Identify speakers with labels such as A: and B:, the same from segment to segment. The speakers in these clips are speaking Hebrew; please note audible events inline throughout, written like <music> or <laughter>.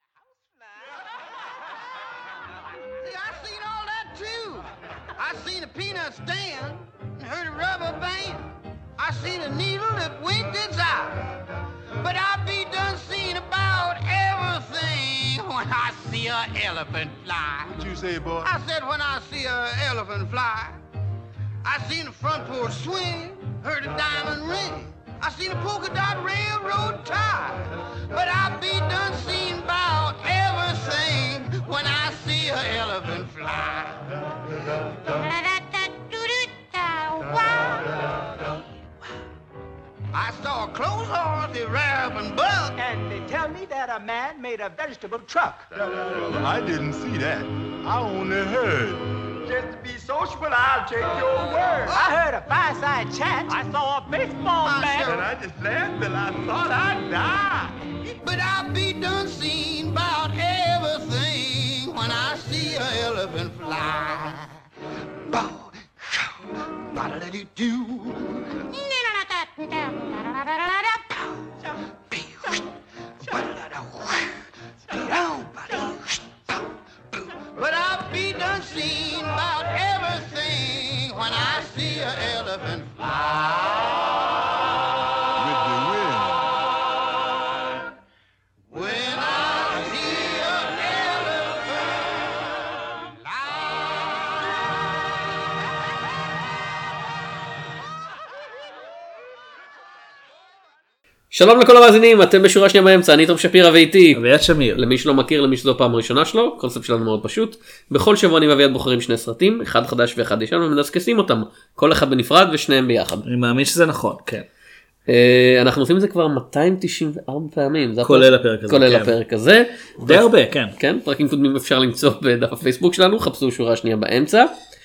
A: <laughs> I seen a peanut stand and heard a rubber band. I seen a needle that winked its eye. But I be done seen about everything <laughs> when I see a elephant fly.
B: What you say, boy?
A: I said when I see a elephant fly, I seen a front porch swing, heard a diamond ring. I seen a polka dot railroad tie. But I be done seen about everything when I see a elephant fly. I saw a clothes horse, a rab and buck.
C: And they tell me that a man made a vegetable truck.
B: I didn't see that. I only heard.
C: Just to be social, I'll take your word. I heard a fireside chat. I saw a baseball
A: I
C: bat.
A: sure- And
C: I just laughed till I thought I'd die.
A: But I be done seen about everything when I see a elephant fly. Bow, show, ba-da-da-doo-doo. Pow, pee, whoosh, ba-da-da-da-whoosh, pee-dow, ba-dee, whoosh, pow, poo. But I be done seen about everything when I see a elephant fly.
B: With the wind.
A: When I see an elephant
D: שלום לכל המאזינים, אתם בשורה שנייה באמצע, אני תום שפירא ואיתי.
E: אביעד שמיר.
D: למי שלא מכיר, למי שזו הפעם הראשונה שלו, קונספט שלנו מאוד פשוט. בכל שבוע אני ואביעד בוחרים שני סרטים, אחד חדש ואחד ישן, ומדסקסים אותם, כל אחד בנפרד ושניהם ביחד.
E: אני מאמין שזה נכון, כן.
D: אה, אנחנו עושים את זה כבר 294 פעמים. זה
E: כולל הפרק הזה,
D: כולל
E: כן.
D: הפרק הזה.
E: די הרבה, כן.
D: כן, פרקים קודמים אפשר למצוא בדף הפייסבוק שלנו, חפשו שורה שנייה באמצע.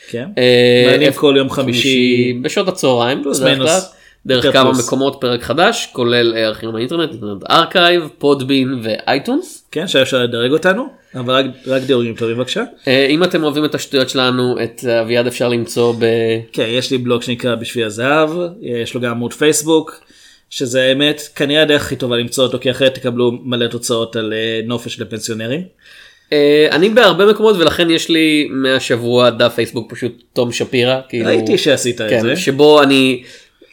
E: כן.
D: אה,
E: מעלים
D: איפה-
E: כל יום חמישי.
D: בשעות הצהריים,
E: פלוס
D: בדרך
E: מינוס.
D: כלל. דרך
E: יותר
D: כמה
E: פלוס.
D: מקומות פרק חדש, כולל אה, ארכיון באינטרנט, אינטרנט ארכייב, פודבין ואייטונס.
E: כן, שהיה אפשר לדרג אותנו, אבל רק, רק דירוגים טובים בבקשה.
D: אה, אם אתם אוהבים את השטויות שלנו את אה, אביעד אפשר למצוא ב...
E: כן, יש לי בלוג שנקרא בשביל הזהב, יש לו גם עמוד פייסבוק, שזה האמת, כנראה הדרך הכי טובה למצוא אותו, כי אחרת תקבלו מלא תוצאות על אה, נופש לפנסיונרים.
D: אה, אני בהרבה מקומות ולכן יש לי מהשבוע דף פייסבוק פשוט תום שפירא כאילו
E: ראיתי שעשית את
D: כן,
E: זה.
D: שבו אני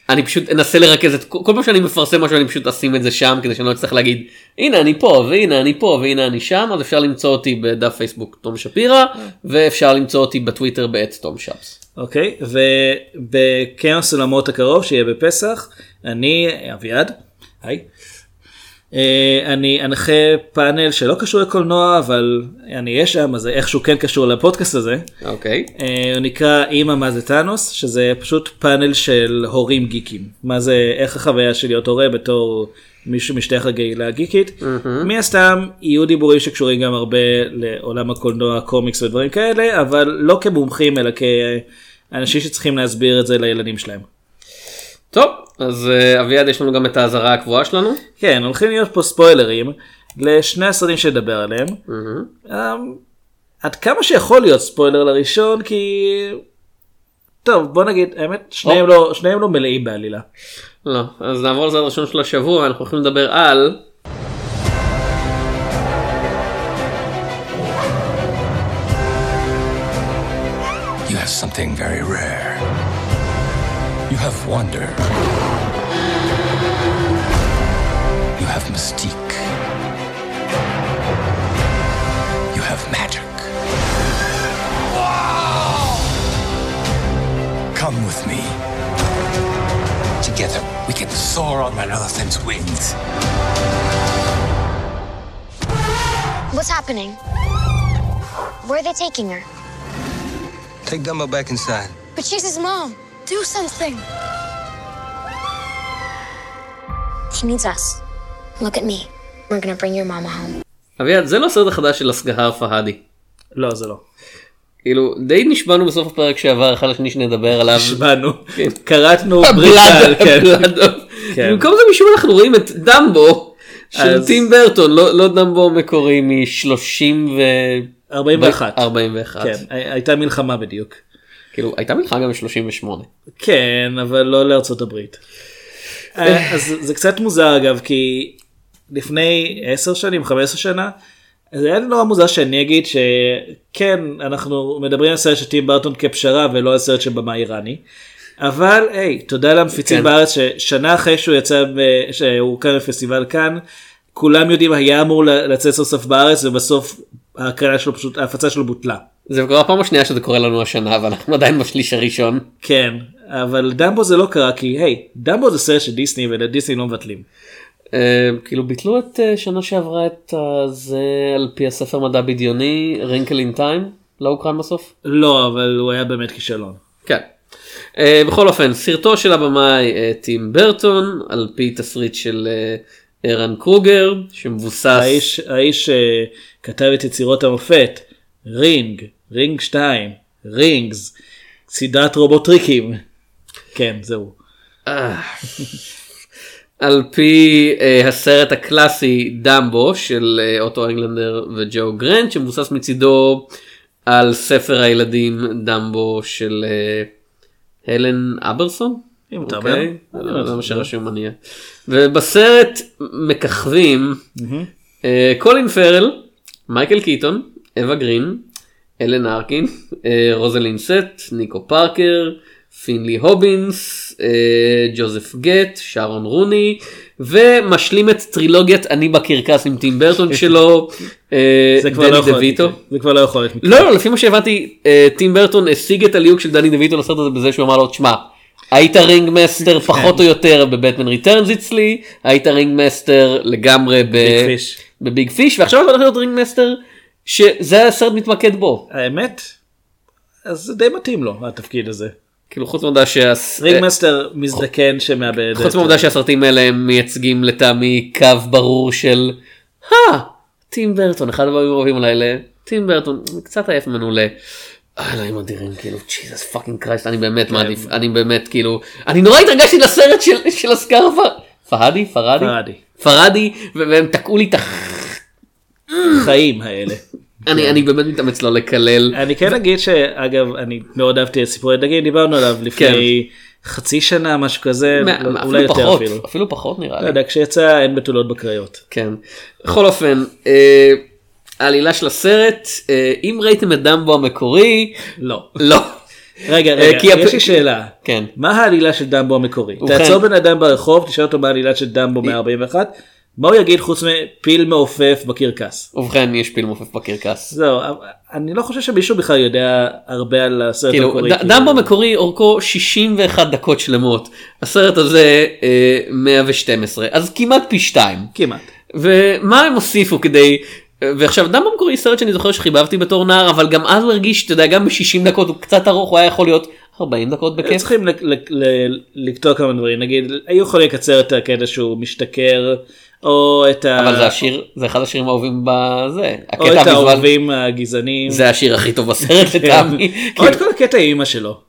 D: אני פשוט אנסה לרכז את כל כל פעם שאני מפרסם משהו אני פשוט אשים את זה שם כדי שאני לא אצטרך להגיד הנה אני פה והנה אני פה והנה אני שם אז אפשר למצוא אותי בדף פייסבוק תום שפירא ואפשר למצוא אותי בטוויטר בעת תום שפס.
E: אוקיי, ובכנס עולמות הקרוב שיהיה בפסח, אני, אביעד, היי, אה, אני אנחה פאנל שלא קשור לקולנוע, אבל אני אהיה שם, אז זה איכשהו כן קשור לפודקאסט הזה.
D: אוקיי.
E: אה, הוא נקרא אימא מה זה טאנוס, שזה פשוט פאנל של הורים גיקים. מה זה, איך החוויה של להיות הורה בתור מישהו משתייך לקהילה הגיקית. מן הסתם יהיו דיבורים שקשורים גם הרבה לעולם הקולנוע, קומיקס ודברים כאלה, אבל לא כמומחים אלא כאנשים שצריכים להסביר את זה לילדים שלהם.
D: טוב אז אה, אביעד יש לנו גם את האזהרה הקבועה שלנו.
E: כן, הולכים להיות פה ספוילרים לשני הסרטים שנדבר עליהם. אמ, עד כמה שיכול להיות ספוילר לראשון, כי... טוב, בוא נגיד, האמת, שניהם לא, שניהם לא מלאים בעלילה.
D: לא, אז נעבור לזה הראשון של השבוע, אנחנו הולכים לדבר על...
F: You have something very rare. You have wonder. You have mystique. You have magic. Come with me. Together, we can soar on an elephant's wings.
G: What's happening? Where are they taking her?
H: Take Dumbo back inside.
G: But she's his mom. Do something. He needs us. Look at me. We're gonna bring your mama home.
D: אביעד, זה לא הסרט החדש של הסגהר פהדי.
E: לא, זה לא.
D: כאילו, די נשבענו בסוף הפרק שעבר, אחד לשני שנדבר עליו.
E: נשבענו,
D: כן.
E: קרטנו בריטל,
D: הבלאד,
E: כן.
D: הבלאד.
E: כן.
D: במקום זה משום מה אנחנו רואים את דמבו של
E: אז-
D: טים ברטון, לא לא דמבו המקורי מ-30 ו...
E: 41.
D: 41.
E: כן, הי- הייתה מלחמה בדיוק.
D: כאילו, הייתה מלחמה גם ב-38.
E: כן, אבל לא לארצות הברית. אה, אז זה קצת מוזר אגב, כי לפני 10 שנים, 15 שנה, זה היה לי נורא מוזר שאני אגיד שכן אנחנו מדברים על סרט של טים ברטון כפשרה ולא על סרט של במה איראני. אבל היי תודה למפיצים
D: כן.
E: בארץ ששנה אחרי שהוא יצא ב- שהוא הוקם בפסטיבל כאן כולם יודעים היה אמור ל- לצאת סוף סוף בארץ ובסוף ההקרנה שלו פשוט ההפצה שלו בוטלה.
D: זה קרה הפעם השנייה שזה קורה לנו השנה ואנחנו עדיין בשליש הראשון.
E: כן אבל דמבו זה לא קרה כי היי דמבו זה סרט של דיסני ולדיסני לא מבטלים.
D: אה, כאילו ביטלו את אה, שנה שעברה את אה, זה על פי הספר מדע בדיוני רינקל אין טיים לא הוקרן בסוף.
E: לא אבל הוא היה באמת כישלון.
D: כן. אה, בכל אופן סרטו של הבמאי אה, טים ברטון על פי תסריט של אה, ערן קרוגר שמבוסס
E: האיש, האיש שכתב את יצירות המופת, רינג, רינג 2, רינגס, סדרת רובוטריקים. כן, זהו.
D: אה. על פי אה, הסרט הקלאסי דמבו של אה, אוטו אנגלנדר וג'ו גרנט שמבוסס מצידו על ספר הילדים דמבו של אה, הלן אברסון.
E: אם אתה אומר.
D: אוקיי,
E: אני
D: לא
E: אומר,
D: זה מה
E: לא.
D: שרשום מניע. ובסרט מככבים אה, קולין פרל, מייקל קיטון, אווה גרין, אלן ארקין, אה, רוזלין סט, ניקו פארקר, פינלי הובינס, אה, ג'וזף גט, שרון רוני, ומשלים את טרילוגיית אני בקרקס עם טים
E: <laughs>
D: ברטון שלו, אה,
E: זה כבר לא
D: דני
E: יכול להיות
D: דויטו.
E: מקרה. זה כבר לא יכול להיות מקרה.
D: לא, לא, לפי מה שהבנתי, אה, טים ברטון השיג את הליהוק של דני דויטו לסרט הזה בזה שהוא אמר לו, תשמע, היית רינגמסטר פחות או יותר בבטמן ריטרנס אצלי, היית רינגמסטר לגמרי ב-
E: Fish.
D: בביג פיש, ועכשיו אתה הולך להיות רינגמסטר שזה הסרט מתמקד בו.
E: האמת? אז זה די מתאים לו התפקיד הזה.
D: כאילו חוץ מהעובדה שה...
E: רינגמאסטר מזדקן שמאבד את...
D: חוץ מהעובדה שהסרטים האלה הם מייצגים לטעמי קו ברור של, הא, טים ברטון, אחד הבאים האהובים עליי לטים ברטון, קצת עייף ממנו ל... אה, אלוהים אדירים, כאילו, ג'יזוס פאקינג קרייסט, אני באמת
E: כן.
D: מעדיף, אני באמת, כאילו, אני נורא התרגשתי לסרט של- של הסקר פ- פהדי, פרדי,
E: פרדי.
D: פרדי, ו- והם תקעו לי את ה...
E: החיים האלה. כן.
D: אני אני באמת מתאמץ לא לקלל.
E: אני כן אגיד שאגב אני מאוד אהבתי את סיפורי דגים דיברנו עליו לפני חצי שנה משהו כזה
D: כן. מה-
E: אה, אולי
D: אפילו
E: יותר
D: פחות,
E: אפילו.
D: אפילו פחות נראה
E: לא
D: לי.
E: יודע כשיצא אין בתולות בקריות.
D: כן. בכל אופן, אה, העלילה של הסרט, אה, אם ראיתם את דמבו המקורי,
E: לא.
D: לא.
E: רגע,
D: אה,
E: רגע,
D: כי הפ-
E: יש לי שאלה.
D: כן.
E: מה העלילה של דמבו המקורי?
D: ובכן- אה-
E: תעצור בן אדם ברחוב, תשאל אותו מה העלילה של דמבו 141, מה הוא יגיד חוץ מפיל מעופף בקרקס?
D: ובכן, יש פיל מעופף בקרקס.
E: זהו, אבל אני לא חושב שמישהו בכלל יודע הרבה על הסרט
D: כאילו,
E: המקורי.
D: ד-
E: כאילו.
D: דמבו המקורי אורכו 61 דקות שלמות. הסרט הזה אה, 112, אז כמעט פי 2.
E: כמעט.
D: ומה הם הוסיפו כדי אה, ועכשיו דם במקורי סרט שאני זוכר שחיבבתי בתור נער אבל גם אז הוא הרגיש אתה יודע גם ב-60 דקות הוא קצת ארוך הוא היה יכול להיות 40 דקות
E: הם
D: בכיף.
E: צריכים ל- ל- ל- לקטוע כמה דברים, נגיד, היו יכולים לקצר את הקטע שהוא משתכר, או את ה-
D: אבל זה השיר זה אחד השירים האהובים בזה.
E: או
D: הקטע
E: את
D: הוויזואלי
E: האהובים הגזענים. כן.
D: זה השיר הכי טוב בסרט לטעמי. כאילו-
E: או את כל הקטע עם אמא שלו.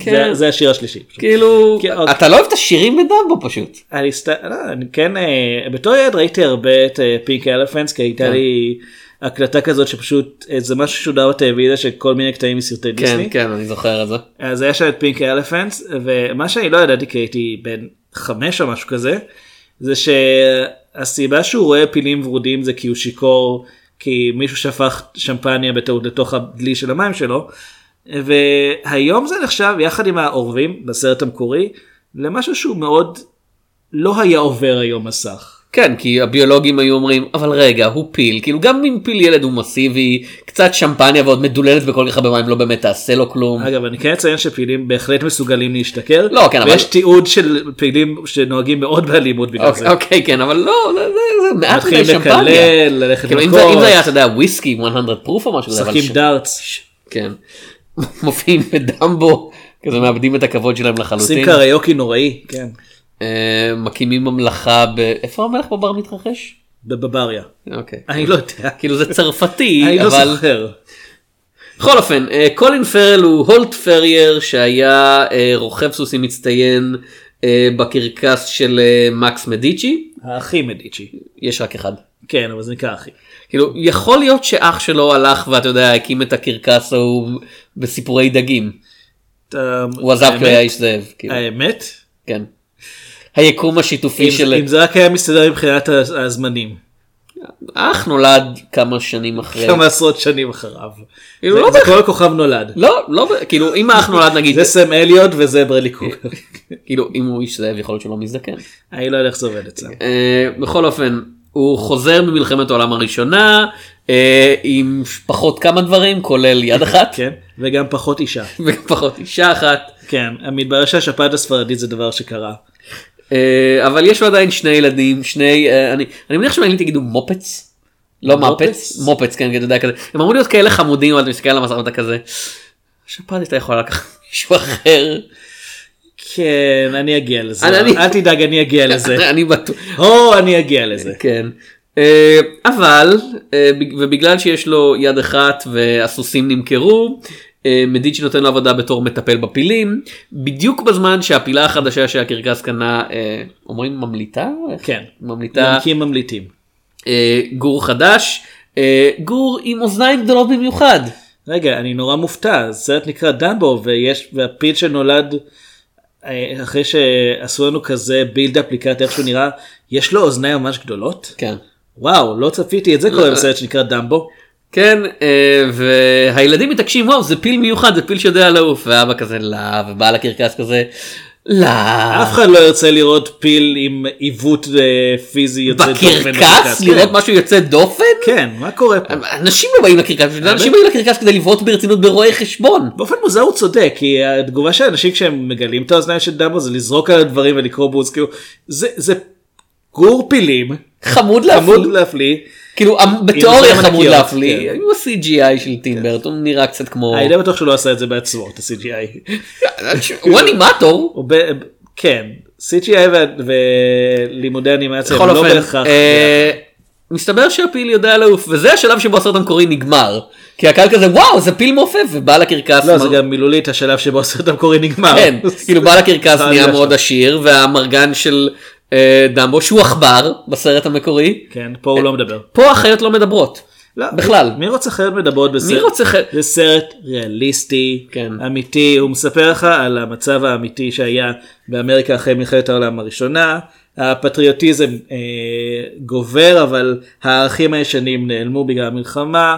D: כן.
E: זה- זה השיר השלישי.
D: כאילו
E: כן, אוקיי.
D: אתה לא אוהב את השירים בדמבו פשוט.
E: אני סת... לא, אני כן, אה, בתור ילד ראיתי הרבה את פינק אלפנס, כי
D: כן.
E: הייתה לי הקלטה כזאת שפשוט, אה, זה משהו שודר בטלוויזיה של כל מיני קטעים מסרטי
D: כן
E: דיסני.
D: כן אני זוכר את זה.
E: אז היה שם את פינק אלפנס, ומה שאני לא ידעתי כי הייתי בן חמש או משהו כזה, זה שהסיבה שהוא רואה פילים ורודים זה כי הוא שיכור, כי מישהו שפך שמפניה בטעות לתוך הדלי של המים שלו, והיום זה נחשב יחד עם העורבים בסרט המקורי, למשהו שהוא מאוד לא היה עובר היום מסך.
D: כן כי הביולוגים היו אומרים אבל רגע הוא פיל כאילו גם אם פיל ילד הוא מסיבי קצת שמפניה ועוד מדוללת בכל כך הרבה מים לא באמת תעשה לו כלום.
E: אגב אני כן אציין שפעילים בהחלט מסוגלים להשתכר,
D: לא, כן, אבל-
E: ויש תיעוד של פעילים שנוהגים מאוד באלימות בגלל זה.
D: אוקיי, אוקיי כן אבל לא זה, זה, זה מעט
E: מתחילים
D: מדי שמפניה.
E: לקלל, ללכת
D: כאילו, אם זה אם זה היה
E: מכות,
D: אתה יודע וויסקי 100 פרוף או משהו כזה. אבל
E: משחקים
D: ש-
E: דארטס,
D: כן. <laughs> מופיעים בדמבו כזה מאבדים את הכבוד שלהם
E: עושים
D: לחלוטין.
E: קריוקי נוראי, כן,
D: אה, מקימים ממלכה ב... איפה המלך בבר מתרחש?
E: בבבריה.
D: אוקיי.
E: אני לא יודע,
D: כאילו זה צרפתי
E: <laughs> אני לא
D: אבל
E: זוכר.
D: בכל אופן אה, קולין פרל הוא הולט פרייר שהיה אה, רוכב סוסים מצטיין אה, בקרקס של אה, מקס מדיצ'י
E: האחים מדיצ'י.
D: יש רק אחד.
E: כן, אבל זה נקרא אחי.
D: כאילו יכול להיות שאח שלו הלך ואתה יודע הקים את הקרקס ההוא בסיפורי דגים
E: אתה-
D: הוא עזב כי הוא היה
E: האמת-
D: איש זאב כאילו,
E: האמת?
D: כן. היקום השיתופי
E: אם-
D: של כן.
E: אם זה רק היה מסתדר מבחינת ה- הזמנים.
D: אח נולד כמה שנים אחרי.
E: כמה עשרות שנים אחריו.
D: כאילו,
E: זה-
D: לא
E: זה
D: בהכרח-
E: כל כוכב נולד.
D: לא, לא, כאילו אם האח נולד נגיד,
E: זה סם אליוט וזה ברלי קופר. <laughs>
D: כאילו אם הוא איש זאב יכול להיות שלא מזדקן.
E: אני לא יודע איך זה עובד אצלם.
D: אה, בכל אופן, הוא חוזר ממלחמת העולם הראשונה אה, עם פחות כמה דברים, כולל יד אחת,
E: כן, וגם פחות אישה.
D: ופחות אישה אחת,
E: כן, מתברר שהשפעת הספרדית זה דבר שקרה.
D: אה, אבל יש לו עדיין שני ילדים, שני, אה, אני אני מניח שבאנגלית יגידו מופץ. לא
E: מופץ?
D: מפץ, מופץ, כן, כן, אתה יודע, כזה, הם אמרו להיות כאלה חמודים, אבל אתה מסתכל על המסך ואתה כזה, השפעת הייתה יכולה לקחת מישהו אחר,
E: כן, אני אגיע לזה.
D: אני- אני-
E: אל תדאג, אני אגיע לזה.
D: <laughs> אני בטוח,
E: או, אני אגיע לזה.
D: כן. אה, אבל, אה, בג- ובגלל שיש לו יד אחת והסוסים נמכרו, אה, מדיצ'י נותן לו עבודה בתור מטפל בפילים, בדיוק בזמן שהפילה החדשה שהקרקס קנה, אה, אומרים ממליטה?
E: כן.
D: ממליטה
E: יונקים ממליטים.
D: אה, גור חדש, אה, גור עם אוזניים גדולות במיוחד.
E: רגע, אני נורא מופתע, הסרט נקרא דמבו, ויש, והפיל שנולד אה, אחרי שעשו לנו כזה בילדאפ לקראת איך שהוא נראה, יש לו אוזניים ממש גדולות?
D: כן.
E: וואו, לא צפיתי את זה קורה בסרט שנקרא דמבו.
D: כן, אה, והילדים מתעקשים, וואו, זה פיל מיוחד, זה פיל שיודע לעוף, ואבא כזה, לא, ובעל הקרקס כזה, לא.
E: אף אחד לא ירצה לראות פיל עם עיוות אה, פיזי יוצא דופן.
D: בקרקס?
E: כן.
D: לראות משהו יוצא דופן?
E: כן, מה קורה פה?
D: אנשים לא באים לקרקס, בשביל זה אנשים באים לקרקס כדי לבעוט ברצינות ברואי חשבון.
E: באופן מוזר הוא צודק, כי התגובה של אנשים כשהם מגלים את האוזניים של דמבו זה לזרוק על הדברים ולקרוא בוז, כאילו, זה, זה גור פילים,
D: חמוד
E: חמוד
D: להפליא,
E: להפליא,
D: כאילו המ- בתיאוריה
E: אוזניים
D: חמוד
E: ענקיות,
D: להפליא,
E: כן.
D: עם ה-CGI של טימברט, הוא נראה קצת כמו,
E: אני די בטוח שהוא לא עשה את זה בעצמו, את ה-CGI.
D: הוא אנימטור,
E: <laughs> הוא ב- כן, CGI ו- ולימודי אנימציה הם
D: בכל
E: לא
D: אופן,
E: בהכרח...
D: אה, מסתבר שהפיל יודע לעוף, וזה השלב שבו הסרט המקורי נגמר, כי הקהל כזה וואו זה פיל מעופף, ובעל הקרקס,
E: לא, זה
D: מר-
E: גם מילולית השלב שבו הסרט המקורי נגמר.
D: כן, כאילו בעל
E: <laughs>
D: הקרקס
E: זה לא
D: נהיה
E: המילה
D: מאוד
E: שלו.
D: עשיר, והמרגן של אה, דמבו שהוא עכבר בסרט המקורי,
E: כן, פה הוא לא מדבר.
D: פה החיות לא מדברות.
E: לא,
D: בכלל.
E: מי רוצה חיות מדברות בסרט?
D: מי רוצה חיות-
E: זה סרט ריאליסטי,
D: כן.
E: אמיתי, הוא מספר לך על המצב האמיתי שהיה באמריקה אחרי מלחמת העולם הראשונה, הפטריוטיזם אה, גובר אבל הערכים הישנים נעלמו בגלל המלחמה,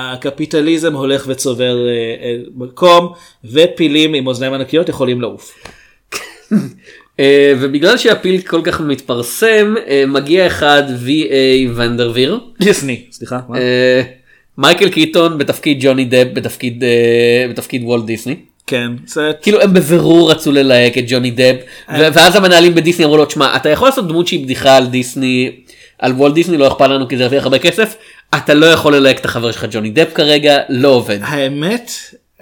E: הקפיטליזם הולך וצובר אה, אה, מקום, ופילים עם אוזניים ענקיות יכולים לעוף.
D: אה, ובגלל שהפיל כל כך מתפרסם, אה, מגיע אחד V.A. ונדרביר,
E: דיסני, סליחה, מה?
D: אה, מייקל קיטון בתפקיד ג'וני דב, בתפקיד, אה, בתפקיד וולט דיסני.
E: כן, סרט,
D: כאילו הם בבירור רצו ללהק את ג'וני דב, ו- ואז המנהלים בדיסני אמרו לו, תשמע, אתה יכול לעשות דמות שהיא בדיחה על דיסני, על וולט דיסני, לא אכפת לנו כי זה ירוויח הרבה כסף, אתה לא יכול ללהק את החבר שלך ג'וני דב כרגע, לא עובד.
E: האמת,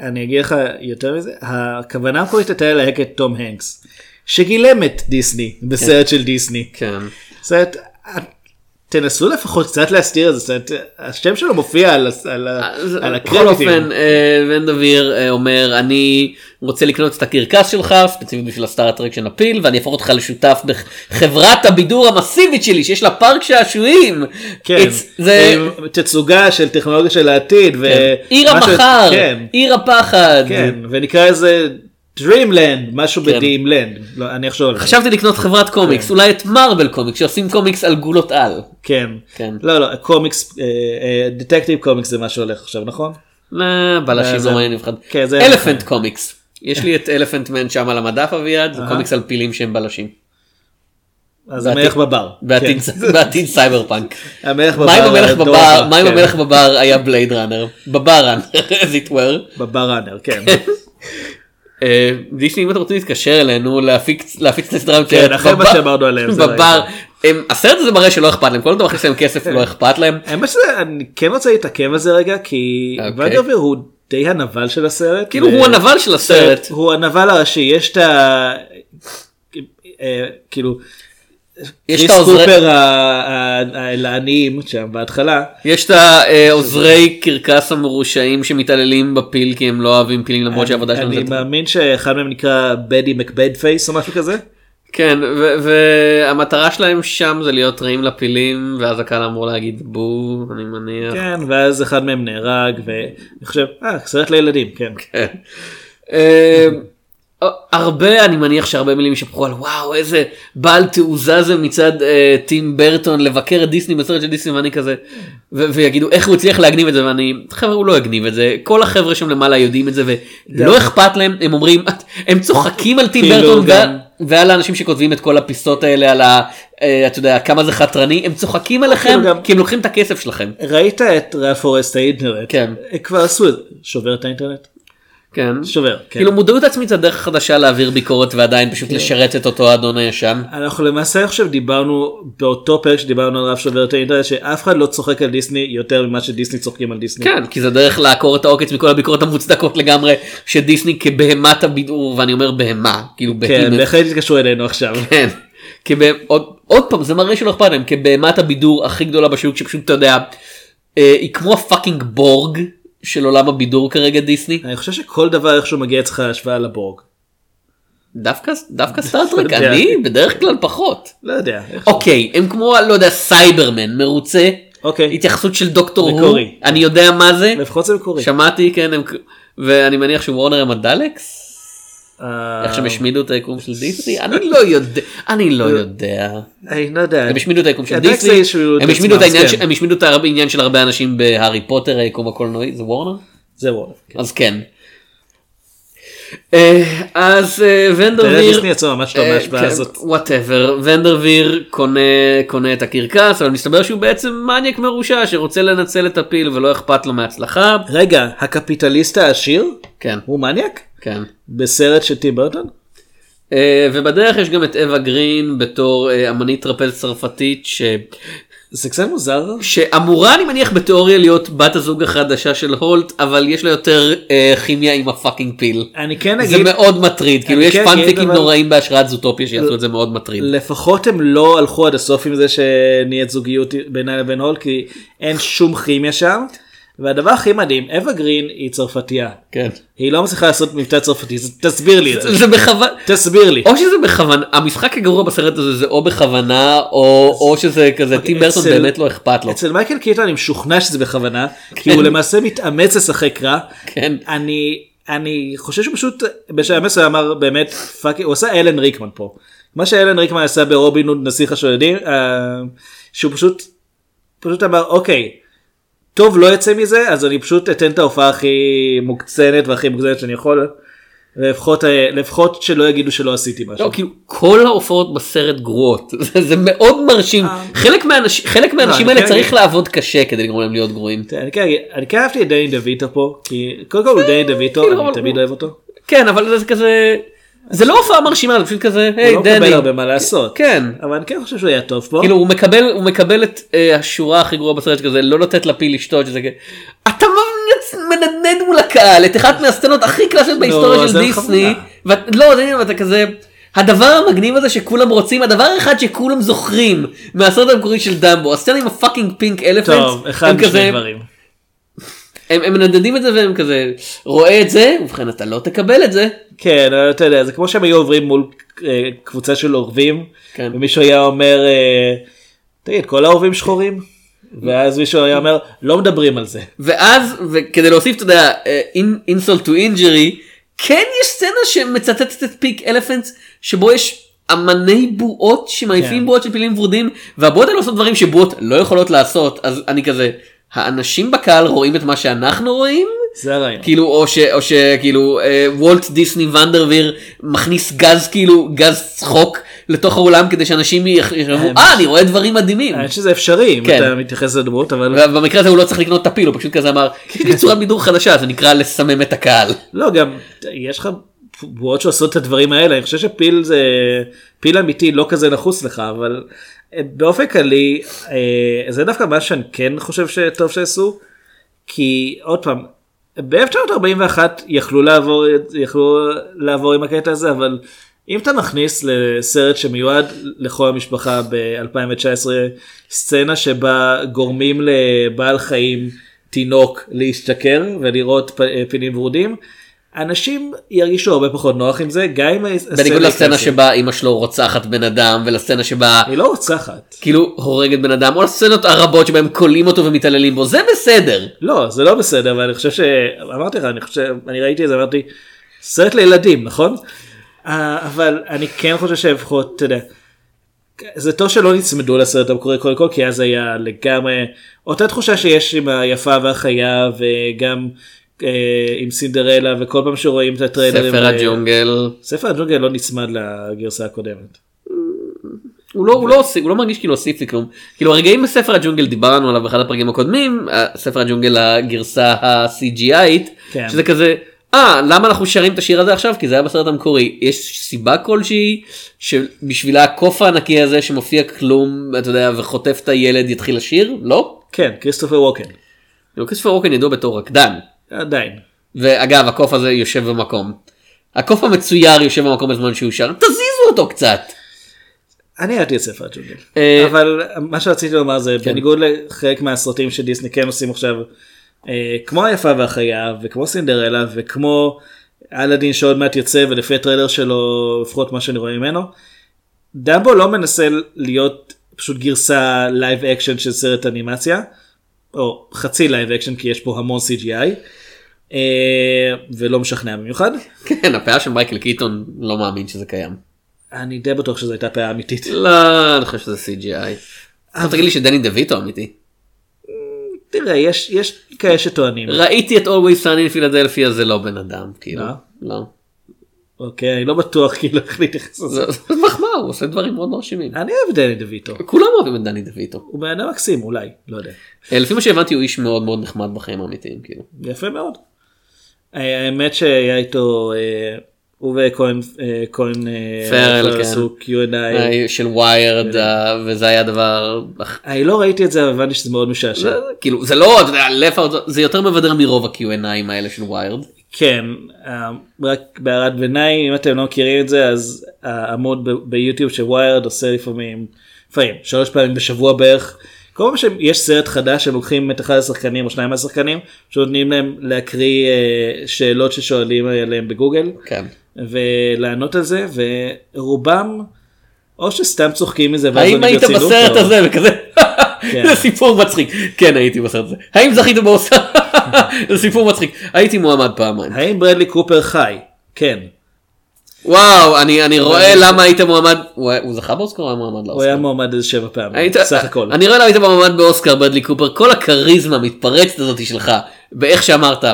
E: אני אגיד לך יותר מזה, הכוונה המקורית הייתה ללהק את תום הנקס, שגילם את דיסני בסרט של דיסני.
D: כן.
E: סרט, תנסו לפחות קצת להסתיר את זה, סרט, השם שלו מופיע על, ה- על, ה-
D: אז
E: על
D: אה, בכל
E: הקרדיטים.
D: אופן, אה, בן דביר אה, אומר, אני רוצה לקנות את הקרקס שלך, ספציפית בשביל הסטארט-טרק שנפיל, ואני אהפוך אותך לשותף בחברת הבידור המסיבית שלי, שיש לה פארק שעשועים.
E: כן,
D: It's- זה...
E: עם תצוגה של טכנולוגיה של העתיד. ו-
D: כן. עיר
E: משהו-
D: המחר,
E: אה, כן,
D: עיר הפחד.
E: כן, ונקרא לזה Dreamland, משהו
D: כן.
E: בדרימלנד, לא, אני אחשוב על זה.
D: חשבתי לקנות חברת קומיקס, אולי את מרבל קומיקס, שעושים קומיקס על גולות על.
E: כן,
D: כן.
E: לא לא, קומיקס, דטקטיב קומיקס זה מה שהולך עכשיו נכון?
D: לא, בלשים
E: זה-
D: לא מעניין אף אחד.
E: כן, זה-
D: אלפנט קומיקס. יש לי את אלפנט מן שם על המדף אביעד,
E: אה.
D: זה קומיקס על פילים שהם בלשים.
E: כן. אז
D: בעתיד-
E: המלך בבר.
D: בעתיד-
E: כן. <laughs>
D: בעתיד סייבר פאנק.
E: המלך בבר.
D: מה אם המלך
E: הדור
D: בבר,
E: הבא,
D: מה אם
E: כן.
D: המלך בבר היה בלייד ראנר? בבר
E: <laughs>
D: ראנר, as it were.
E: בבר ראנר, כן. <laughs>
D: אה, דיסני אם אתם רוצים להתקשר אלינו להפיץ להפיץ את הסדרה
E: כן, אחרי מה
D: בבר-
E: שאמרנו עליהם, זה לא
D: בבר. הם- הסרט הזה מראה שלא אכפת להם, כל דבר שיש להם כסף
E: כן.
D: לא אכפת להם.
E: האמת שזה, אני כן רוצה להתעכב על זה רגע, כי
D: אוקיי.
E: ונדרוויר הוא די הנבל של הסרט.
D: כאילו
E: ו- כן,
D: הוא הנבל של הסרט.
E: הוא הנבל הראשי, יש את ה... אה, כאילו,
D: יש את
E: קריס
D: העוזרי-
E: קופר ה- ה- הלעניים שם בהתחלה.
D: יש את העוזרי קרקס המרושעים שמתעללים בפיל כי הם לא אוהבים פילים למרות שהעבודה שלהם
E: אני
D: זה...
E: מאמין שאחד מהם נקרא בדי מקבד פייס או משהו כזה.
D: כן, ו- והמטרה שלהם שם זה להיות רעים לפילים ואז הקהל אמור להגיד בו, אני מניח.
E: כן, ואז אחד מהם נהרג, ואני חושב, אה, סרט לילדים, כן.
D: כן. אמ, אה, הרבה אני מניח שהרבה מילים ישפכו על וואו איזה בעל תעוזה זה מצד אה, טים ברטון לבקר את דיסני בסרט של דיסני ואני כזה ו- ויגידו איך הוא הצליח להגניב את זה ואני חבר'ה הוא לא הגניב את זה כל החבר'ה שם למעלה יודעים את זה ולא אכפת להם הם אומרים הם צוחקים
E: <laughs>
D: על טים
E: כאילו,
D: ברטון ו-
E: גם-
D: ועל האנשים שכותבים את כל הפיסות האלה על ה... אה, אתה יודע כמה זה חתרני הם צוחקים עליכם
E: כאילו גם-
D: כי הם לוקחים את הכסף שלכם
E: ראית את רפורסט האינטרנט?
D: כן.
E: כבר עשו את זה. שובר את האינטרנט?
D: כן
E: שובר, כן.
D: כאילו מודעות עצמית זה הדרך החדשה להעביר ביקורת ועדיין פשוט לשרת את אותו האדון הישן.
E: אנחנו למעשה עכשיו דיברנו באותו פרק שדיברנו על רב שובר את האינטרנט שאף אחד לא צוחק על דיסני יותר ממה שדיסני צוחקים על דיסני.
D: כן, כי זה דרך לעקור את העוקץ מכל הביקורות המוצדקות לגמרי, שדיסני כבהמת הבידור, ואני אומר בהמה, כאילו
E: כן,
D: בהימת.
E: בהחלט התקשרו אלינו עכשיו.
D: כן, כבה... עוד, עוד פעם, זה מראה שלא אכפת להם, כבהמת הבידור הכי גדולה בשוק, שפשוט, אתה יודע, אה, היא כמו הפאקינג בורג של עולם הבידור כרגע דיסני,
E: אני חושב שכל דבר איכשהו מגיע אצלך השוואה לבורג.
D: דווקא, דווקא סטארטרק,
E: <laughs> לא יודע.
D: אני בדרך כלל פחות.
E: לא יודע. איכשהו.
D: אוקיי, הם כמו, לא יודע, סייברמן, מרוצה,
E: אוקיי.
D: התייחסות של דוקטור הו,
E: מקורי.
D: אני יודע מה זה,
E: לפחות זה מקורי.
D: שמעתי, כן, הם... ואני מניח שוורנר הם הדלקס?
E: אה,
D: איך שהם השמידו את היקום של דיסני? אני לא יודע, אני לא יודע.
E: אני לא יודע.
D: הם השמידו את היקום של
E: הדלקס
D: דיסני,
E: השמידו את
D: הם השמידו את
E: עצמם,
D: העניין
E: כן.
D: ש- הם השמידו את העניין של הרבה אנשים בהארי פוטר, היקום הקולנועי, זה וורנר?
E: זה וורנר.
D: אז כן. אה, אז אה,
E: תראה,
D: ונדרביר,
E: דיסני יצא ממש טוב
D: אה,
E: מההשוואה הזאת.
D: וואטאבר, ונדרביר קונה כן, קונה את הקרקס, אבל מסתבר שהוא בעצם מניאק מרושע שרוצה לנצל את הפיל ולא אכפת לו מההצלחה.
E: רגע, הקפיטליסט העשיר
D: כן,
E: הוא מניאק?
D: כן.
E: בסרט של טים ברטון?
D: אה, ובדרך יש גם את אווה גרין בתור אה, אמנית טרפז צרפתית ש...
E: זה קצת מוזר.
D: שאמורה אני מניח בתיאוריה להיות בת הזוג החדשה של הולט אבל יש לה יותר אה, כימיה עם הפאקינג פיל.
E: אני כן
D: זה
E: אגיד,
D: מאוד מטריד כאילו יש
E: כן אגיד,
D: פאנפיקים
E: אבל-
D: נוראים בהשראת זוטופיה שיעשו את זה מאוד מטריד.
E: לפחות הם לא הלכו עד הסוף עם זה שנהיית זוגיות בינה לבין הול, כי אין שום כימיה שם. והדבר הכי מדהים, אווה גרין היא צרפתייה.
D: כן.
E: היא לא מצליחה לעשות מבטא צרפתי, אז תסביר לי את זה.
D: זה בכוונה
E: תסביר לי.
D: או שזה בכוונה המשחק הגרוע בסרט הזה זה או בכוונה או או שזה כזה טים ברטון
E: אוקיי, אצל-
D: באמת לא אכפת לו.
E: אצל מייקל קיטון אני משוכנע שזה בכוונה, כי הוא למעשה מתאמץ לשחק רע.
D: כן.
E: אני, אני חושב שפשוט בשלב מסוים אמר באמת פאק, הוא עשה אלן ריקמן פה. מה שאלן ריקמן עשה ברובין הוד נסיך השודדים, אה, שהוא פשוט, פשוט אמר אוקיי, טוב לא יצא מזה אז אני פשוט אתן את ההופעה הכי מוקצנת והכי מוקצנת שאני יכול. לפחות, אה, לפחות שלא יגידו שלא עשיתי משהו.
D: לא, כאילו כל ההופעות בסרט גרועות <laughs> זה זה מאוד מרשים חלק מהאנשים חלק מהאנשים
E: אה. אני
D: האלה
E: כן
D: צריך
E: אגיד-
D: לעבוד קשה כדי לגרום להם להיות גרועים.
E: תראה, אני כן אגיד- אני כן אהבתי את דני דויטו פה, כי קודם כל הוא דני דויטו,
D: כאילו,
E: אני
D: אבל
E: תמיד
D: הוא-
E: אוהב אותו.
D: כן אבל זה כזה זה לא הופעה מרשימה זה פשוט כזה היי
E: הוא לא
D: דני
E: מקבל הרבה מה לעשות.
D: כן.
E: אבל אני כן חושב שהוא היה טוב פה.
D: כאילו הוא מקבל הוא מקבל את אה, השורה הכי גרועה בסרט כזה לא לתת לפיל לשתות שזה כזה אתה מנצ- מנדנד מול הקהל את אחת מהסצנות הכי קלאסיות בהיסטוריה
E: לא, זה
D: של דיסני
E: בכוונה.
D: ואת- לא זה עניין, ואתה כזה. הדבר המגניב הזה שכולם רוצים הדבר האחד שכולם זוכרים מהסרט המקורי של דמבו הסצנה עם הפאקינג פינק
E: טוב,
D: אלפנט
E: אחד משני דברים.
D: הם, הם מנדדים את זה והם כזה רואה את זה ובכן אתה לא תקבל את זה
E: כן, אבל אתה יודע, זה כמו שהם היו עוברים מול אה, קבוצה של אורבים,
D: כן.
E: ומישהו היה אומר, אה, תגיד, כל האורבים שחורים? ואז מישהו היה אומר, לא מדברים על זה.
D: ואז וכדי להוסיף אתה יודע אה, in- insult to injury כן יש סצנה שמצטטת את פיק אלפנטס שבו יש אמני בועות שמעיפים
E: כן.
D: בועות של פילים ורודים והבועות האלה עושות דברים שבועות לא יכולות לעשות אז אני כזה האנשים בקהל רואים את מה שאנחנו רואים.
E: זה הרעיון.
D: כאילו או ש- או שכאילו אה, וולט דיסני ונדרביר מכניס גז כאילו גז צחוק לתוך האולם כדי שאנשים יח- יחשבו אה אני רואה דברים מדהימים.
E: אני חושב שזה אפשרי אם
D: כן.
E: אתה מתייחס לדמות, אבל
D: ובמקרה הזה הוא לא צריך לקנות את הפיל הוא פשוט כזה אמר יש לי צורת בידור חדשה זה נקרא לסמם את הקהל.
E: לא, גם יש לך בועות שעושות את הדברים האלה, אני חושב שפיל זה, פיל אמיתי לא כזה נחוץ לך, אבל אה, באופן כללי, אה, זה דווקא מה שאני כן חושב שטוב שעשו, כי עוד פעם, ב-1941 יכלו לעבור, יכלו לעבור עם הקטע הזה, אבל אם אתה מכניס לסרט שמיועד לכל המשפחה ב-2019, סצנה שבה גורמים לבעל חיים תינוק להשתכר ולראות פ- אה, פילים ורודים, אנשים ירגישו הרבה פחות נוח עם זה, גם אם... הסצנה
D: בניגוד
E: היא
D: לסצנה
E: קלאסית.
D: שבה אמא שלו רוצחת בן אדם ולסצנה שבה
E: היא לא רוצחת.
D: כאילו הורגת בן אדם או לסצנות הרבות שבהם כולאים אותו ומתעללים בו זה בסדר.
E: לא, זה לא בסדר, אבל אני חושב ש... אמרתי לך, אני חושב, אני ראיתי את זה, אמרתי, סרט לילדים, נכון? אה, אבל אני כן חושב שלפחות, אתה יודע, זה טוב שלא נצמדו לסרט המקורי קודם כל, כי אז היה לגמרי אותה תחושה שיש עם היפה והחיה וגם אה, עם סינדרלה וכל פעם שרואים את הטריילרים.
D: ספר
E: אה,
D: הג'ונגל.
E: ספר הג'ונגל לא נצמד לגרסה הקודמת.
D: הוא לא, הוא, לא הוסיף, הוא לא מרגיש כאילו הוסיף לי כלום. כאילו הרגעים בספר הג'ונגל דיברנו עליו באחד הפרקים הקודמים, ה- ספר הג'ונגל הגרסה ה-CGIית,
E: כן.
D: שזה כזה, אה, למה אנחנו שרים את השיר הזה עכשיו? כי זה היה בסרט המקורי. יש סיבה כלשהי שבשבילה הקוף הענקי הזה שמופיע כלום, אתה יודע, וחוטף את הילד יתחיל לשיר? לא.
E: כן, כריסטופר ווקן,
D: כאילו, כריסטופר רוקן ידוע בתור רקדן.
E: עדיין.
D: ואגב, הקוף הזה יושב במקום. הקוף המצויר יושב במקום בזמן שהוא שר, תזיזו אותו קצת.
E: אני אהבתי את ספר הג'ונגל,
D: אה,
E: אבל מה שרציתי לומר זה בניגוד לחלק מהסרטים שדיסני כן עושים עכשיו, אה, כמו היפה והחיה וכמו סינדרלה וכמו אלאדין שעוד מעט יוצא ולפי הטריילר שלו לפחות מה שאני רואה ממנו, דמבו לא מנסה להיות פשוט גרסה לייב אקשן של סרט אנימציה, או חצי לייב אקשן כי יש פה המון CGI, אה, ולא משכנע במיוחד,
D: כן, הפאה של מייקל קיטון לא מאמין שזה קיים.
E: אני די בטוח שזו הייתה פאה אמיתית.
D: לא, אני חושב שזה CGI. עכשיו תגיד לי שדני דויטו אמיתי.
E: תראה, יש, יש כאלה שטוענים.
D: ראיתי את Always Sunny in Philadelphia זה לא בן אדם, כאילו.
E: לא?
D: לא.
E: אוקיי, אני לא בטוח כאילו איך להתייחס לזה.
D: זה זה מחמאה, הוא עושה דברים מאוד מרשימים.
E: אני אוהב דני דויטו.
D: כולם אוהבים את דני דויטו.
E: הוא בן אדם מקסים אולי, לא יודע.
D: אה, לפי מה שהבנתי הוא איש מאוד מאוד נחמד בחיים האמיתיים, כאילו.
E: יפה מאוד. אה, האמת שהיה איתו, אה, הוא וכהן, אה, כהן, אה,
D: פרל,
E: פרל
D: כן.
E: עשו Q&A.
D: אה, של ויירד, אה, וזה היה דבר... אך,
E: אני לא ראיתי את זה, אבל הבנתי שזה מאוד משעשע.
D: זה- כאילו, זה לא, אתה יודע, לפארד, זה יותר מבדר מרוב ה-Q&A'ים האלה של ויירד.
E: כן, אה, רק בהערת ביניים, אם אתם לא מכירים את זה, אז העמוד ב- ביוטיוב שוויירד עושה לפעמים, לפעמים, שלוש פעמים בשבוע בערך. כל פעם שיש סרט חדש, הם לוקחים את אחד השחקנים או שניים מהשחקנים, שנותנים להם להקריא אה, שאלות ששואלים עליהם בגוגל,
D: כן.
E: ולענות על זה, ורובם, או שסתם צוחקים מזה, ואז
D: האם
E: עונים
D: היית
E: ברצינות,
D: בסרט
E: או-
D: הזה וכזה?
E: <laughs> כן.
D: זה סיפור מצחיק. כן הייתי בסרט הזה. האם זכיתם באוסר? <laughs> זה סיפור מצחיק. הייתי מועמד פעמיים.
E: האם ברדלי קופר חי? כן.
D: וואו, אני אני רואה למה היית מועמד. הוא היה- הוא זכה באוסקר או היה מועמד
E: הוא היה
D: לאוסקר?
E: מועמד איזה שבע פעמים,
D: אוקיי. היית-
E: סך הכל.
D: אני רואה למה היית מועמד באוסקר ברדלי קופר. כל הכריזמה המתפרצת הזאת שלך באיך שאמרת.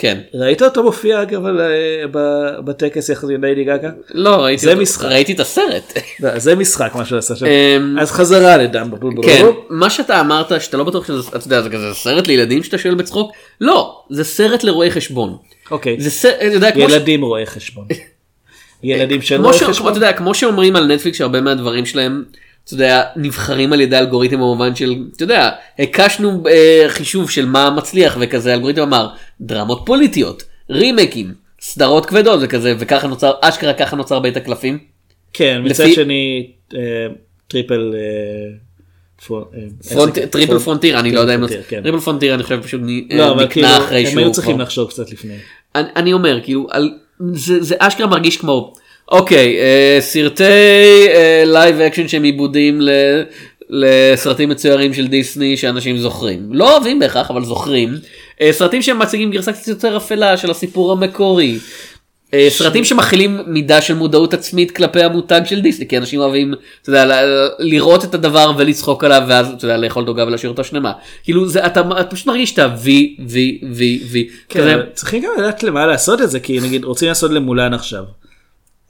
D: כן.
E: ראית אותו מופיע אגב על, אה, ב- בטקס יחד עם ליידי גאגה?
D: לא, ראיתי
E: זה
D: אותו-
E: משחק.
D: ראיתי את הסרט.
E: לא, זה משחק מה שהוא עשה שם.
D: אמ,
E: אז חזרה לדמבו.
D: כן, מה שאתה אמרת שאתה לא בטוח שזה, אתה יודע, זה כזה סרט לילדים שאתה שואל בצחוק? לא, זה סרט לרואי חשבון.
E: אוקיי.
D: זה סרט, אתה יודע, כמו ש-
E: ילדים רואי חשבון.
D: <laughs>
E: ילדים של
D: כמו
E: רואי
D: ש- כמו-
E: חשבון.
D: אתה יודע, כמו שאומרים על נטפליקס שהרבה מהדברים שלהם, אתה יודע, נבחרים על ידי אלגוריתם במובן של, אתה יודע, הקשנו אה, חישוב של מה מצליח וכזה, אלגוריתם אמר, דרמות פוליטיות, רימייקים, סדרות כבדות וכזה, וככה נוצר, אשכרה ככה נוצר בית הקלפים.
E: כן, מצד
D: לפי-
E: שני אה, טריפל... אה, פרו- אה, איך
D: פרונט-
E: זה נקרא?
D: טריפל פרונטיר, אני לא יודע אם...
E: פרונטיר, כן.
D: טריפל פרונטיר אני חושב פשוט נ- אה,
E: לא, אבל כאילו,
D: נקנה אחרי שהוא...
E: הם היו צריכים
D: כבר-
E: לחשוב קצת לפני.
D: אני, אני אומר כאילו על, זה, זה אשכרה מרגיש כמו אוקיי אה, סרטי לייב אקשן שהם עיבודים ל, לסרטים מצוירים של דיסני שאנשים זוכרים לא אוהבים בהכרח אבל זוכרים אה, סרטים שמציגים גרסה קצת יותר אפלה של הסיפור המקורי. אה, סרטים שמכילים מידה של מודעות עצמית כלפי המותג של דיסני כי אנשים אוהבים אתה יודע, ל- לראות את הדבר ולצחוק עליו ואז אתה יודע, לאכול דוגה ולהשאיר אותה שלמה כאילו זה אתה, אתה פשוט מרגיש את הווי וי וי וי.
E: כן, אבל צריכים גם לדעת למה לעשות את זה, כי נגיד רוצים לעשות למולן עכשיו.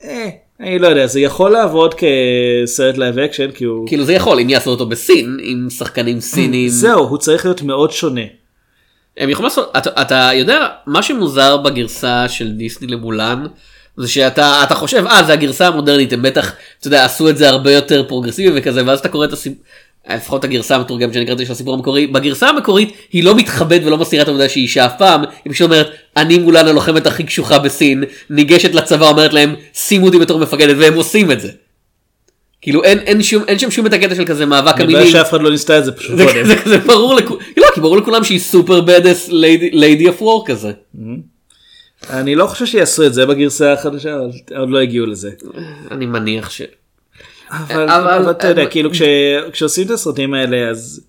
E: אה, אני לא יודע, זה יכול לעבוד כסרט לייב אקשן, כי הוא...
D: כאילו זה יכול אם יעשו אותו בסין עם שחקנים סינים
E: זהו, הוא צריך להיות מאוד שונה.
D: הם יכולים לעשות אתה, אתה יודע מה שמוזר בגרסה של דיסני למולן זה שאתה אתה חושב אה זה הגרסה המודרנית הם בטח אתה יודע עשו את זה הרבה יותר פרוגרסיבי וכזה ואז אתה קורא את הסיפור. לפחות הגרסה המתורגמת שאני קראתי של הסיפור המקורי, בגרסה המקורית היא לא מתחבאת ולא מסתירה את העובדה שהיא אישה אף פעם, היא פשוט אומרת, אני מולן הלוחמת הכי קשוחה בסין, ניגשת לצבא אומרת להם, שימו אותי בתור מפקדת, והם עושים את זה. כאילו אין, אין, שום, אין שם שום את הקטע של כזה מאבק
E: אני בעיה
D: המינים.
E: שאף אחד לא ניסתה את זה פשוט
D: זה
E: קודם.
D: כזה- זה ברור לכולם, לא, כי ברור לכולם שהיא סופר בדס ליידי אוף וור כזה.
E: אני לא חושב שיעשו את זה בגרסה החדשה, אבל עוד לא הגיעו לזה.
D: אני מניח ש...
E: אבל
D: אבל-
E: אבל אתה יודע,
D: אבל-
E: כאילו כש- כשעושים את הסרטים האלה, אז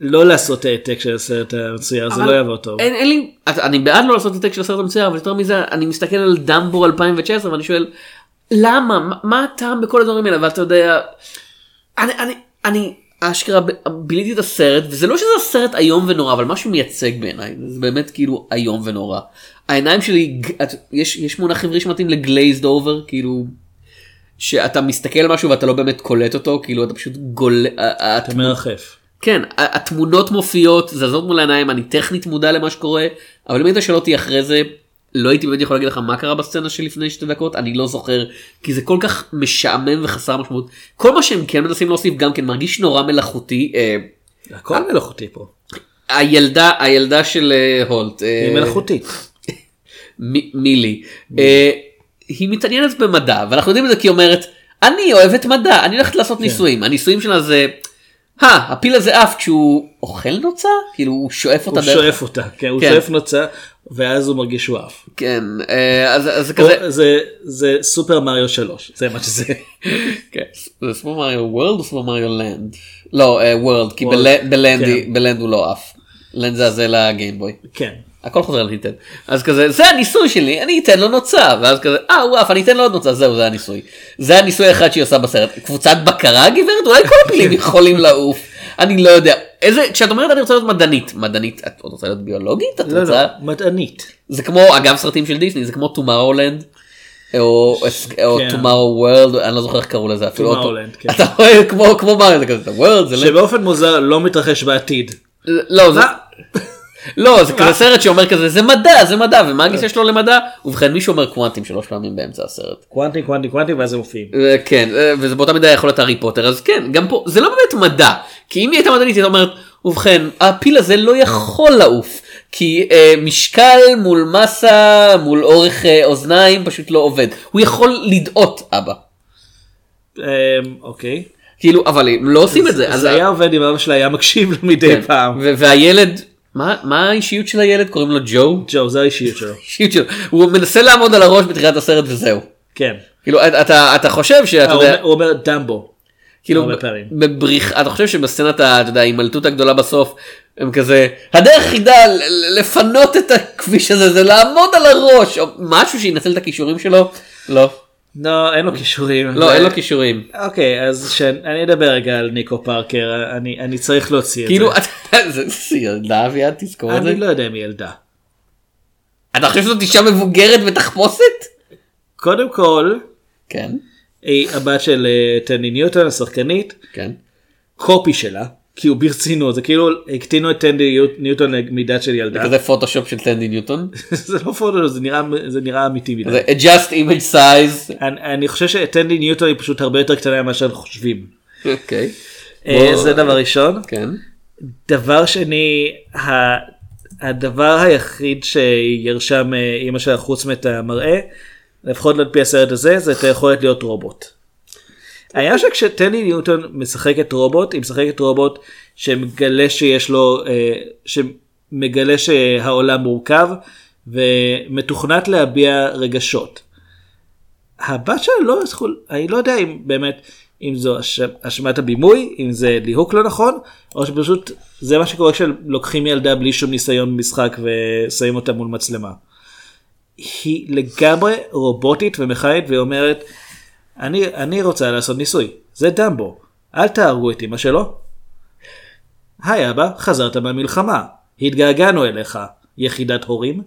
E: לא לעשות העתק של הסרט המצויר, זה
D: אבל
E: לא יעבור טוב.
D: אין, אין לי, את- אני בעד לא לעשות העתק של הסרט המצויר, אבל יותר מזה, אני מסתכל על דמבור 2019 ואני שואל, למה? מה- מה הטעם בכל הדברים האלה? ואתה יודע, אני, אני, אני אשכרה ב- ביליתי את הסרט, וזה לא שזה סרט איום ונורא, אבל משהו מייצג בעיניי, זה באמת כאילו איום ונורא. העיניים שלי, ג- את, יש, יש מונח עברי שמתאים לגלייזד אובר, כאילו... שאתה מסתכל על משהו ואתה לא באמת קולט אותו, כאילו אתה פשוט גול... אה, ה- ה-
E: אתה מרחף.
D: כן, ה- התמונות מופיעות, זזות מול העיניים, אני טכנית מודע למה שקורה, אבל אם היית שואל אותי אחרי זה, לא הייתי באמת יכול להגיד לך מה קרה בסצנה שלפני שתי דקות, אני לא זוכר, כי זה כל כך משעמם וחסר משמעות. כל מה שהם כן מנסים להוסיף גם כן מרגיש נורא מלאכותי. אה,
E: הכל מלאכותי פה.
D: הילדה, הילדה של אה, הולט, אה,
E: היא מלאכותית.
D: מ- מילי, אה, היא מתעניינת במדע, ואנחנו יודעים את זה כי היא אומרת, אני אוהבת מדע, אני הולכת
E: כן.
D: לעשות ניסויים, הניסויים שלה זה, "הא, הפיל הזה עף כשהוא אוכל נוצה? כאילו הוא שואף אותה
E: הוא
D: דרך...
E: שואף אותה, כן, הוא
D: כן.
E: שואף נוצה, ואז הוא מרגיש שהוא עף.
D: כן, אה, אז, אז זה כזה,
E: או- זה- זה סופר מריו 3, זה מה
D: <laughs>
E: שזה.
D: כן, זה סופר מריו וורלד או סופר מריו לנד? לא, וורלד, כי
E: World,
D: בלנד, בלנד,
E: כן.
D: היא- בלנד הוא לא עף. לנד זה הזה לגיימבוי.
E: כן.
D: הכל חוזר לניתן. אז כזה, זה הניסוי שלי, אני אתן לו נוצה. ואז כזה, אה, הוא עף, אני אתן לו עוד נוצה, זהו, זה הניסוי. זה הניסוי האחד שהיא עושה בסרט. קבוצת בקרה, גברת? אולי כל הפילים
E: כן.
D: יכולים לעוף. אני לא יודע. איזה, כשאת אומרת אני רוצה להיות מדענית, מדענית, את עוד רוצה להיות ביולוגית? את
E: לא, לא,
D: רוצה...
E: מדענית.
D: זה כמו אגב סרטים של דיסני זה כמו Tomorrowland. או, או
E: כן.
D: Tomorrow World, אני לא זוכר איך קראו לזה אפילו.
E: Tomorrowland, כן.
D: אתה רואה כמו כמו מריו, זה כזה, World, זה לא,
E: שבאופן מוזר לא מתרחש בעתיד.
D: לא, זה,
E: מה?
D: לא, זה כזה סרט שאומר כזה, זה מדע, זה מדע, ומה הגישה שלו למדע? ובכן, מישהו אומר קוונטים שלוש פעמים באמצע הסרט.
E: קוונטי קוונטי קוונטי ואז הם מופיעים.
D: אה, כן, אה, וזה באותה מידה יכול להיות הארי פוטר, אז כן, גם פה, זה לא באמת מדע, כי אם היא הייתה מדענית, היא הייתה אומרת, ובכן, הפיל הזה לא יכול לעוף, כי אה, משקל מול מסה, מול אורך אה, אוזניים, פשוט לא עובד. הוא יכול לדאות, אבא.
E: אמ, אוקיי.
D: כאילו, אבל הם לא עושים את זה.
E: זה היה עובד אם אבא שלה היה מקשיב לו מדי
D: כן.
E: פעם.
D: ו- והילד, מה מה האישיות של הילד? קוראים לו ג'ו?
E: ג'ו, זה האישיות
D: <laughs>
E: שלו.
D: האישיות שלו. הוא מנסה לעמוד על הראש בתחילת הסרט וזהו.
E: כן.
D: כאילו, אתה- אתה, אתה חושב שאתה
E: אה, הוא
D: יודע...
E: אומר- הוא אומר דמבו.
D: כאילו,
E: הרבה פעמים.
D: בבריח, אתה חושב שבסצנת ה- אתה יודע, ההימלטות הגדולה בסוף, הם כזה, הדרך היחידה ל- ל- לפנות את הכביש הזה זה לעמוד על הראש, או משהו שינצל את הכישורים שלו, לא,
E: לא, אין לו כישורים.
D: לא, אין לו כישורים.
E: אוקיי, אז שאני- אני אדבר רגע על ניקו פארקר, אני אני צריך להוציא את זה.
D: כאילו, אתה- זה זה ילדה אביעד, תזכור את זה.
E: אני לא יודע אם היא ילדה.
D: אתה חושב שזאת אישה מבוגרת בתחפושת?
E: קודם כל,
D: כן,
E: היא הבת של אה, טני ניוטון, השחקנית,
D: כן.
E: קופי שלה, כי הוא ברצינות, זה כאילו הקטינו את טני ניוטון למידה של
D: זה
E: ילדה.
D: כזה פוטושופ של טנדי ניוטון.
E: <laughs> זה לא פוטו, זה נראה- זה נראה אמיתי מדי.
D: זה adjust image
E: <laughs>
D: size.
E: אני, אני חושב שטנדי ניוטון היא פשוט הרבה יותר קטנה ממה שאנחנו חושבים.
D: אוקיי.
E: אה,
D: בוא-
E: זה דבר ראשון.
D: כן.
E: דבר שני, ה, הדבר היחיד שירשה מאימא שלה חוץ מאת המראה, לפחות לא על פי הסרט הזה, זה את היכולת להיות רובוט. העניין שכשטני ניוטון משחקת רובוט, היא משחקת רובוט שמגלה שיש לו, אה, שמגלה שהעולם מורכב ומתוכנת להביע רגשות. הבת שלה לא יכול, אני לא יודע אם באמת, אם זו אש- אשמת הבימוי, אם זה ליהוק לא נכון, או שפשוט זה מה שקורה כשלוקחים ילדה בלי שום ניסיון במשחק ושמים אותה מול מצלמה. היא לגמרי רובוטית ומכנית והיא אומרת, אני, אני רוצה לעשות ניסוי, זה דמבו, אל תהרגו את אמא שלו. היי אבא, חזרת מהמלחמה, התגעגענו אליך, יחידת הורים.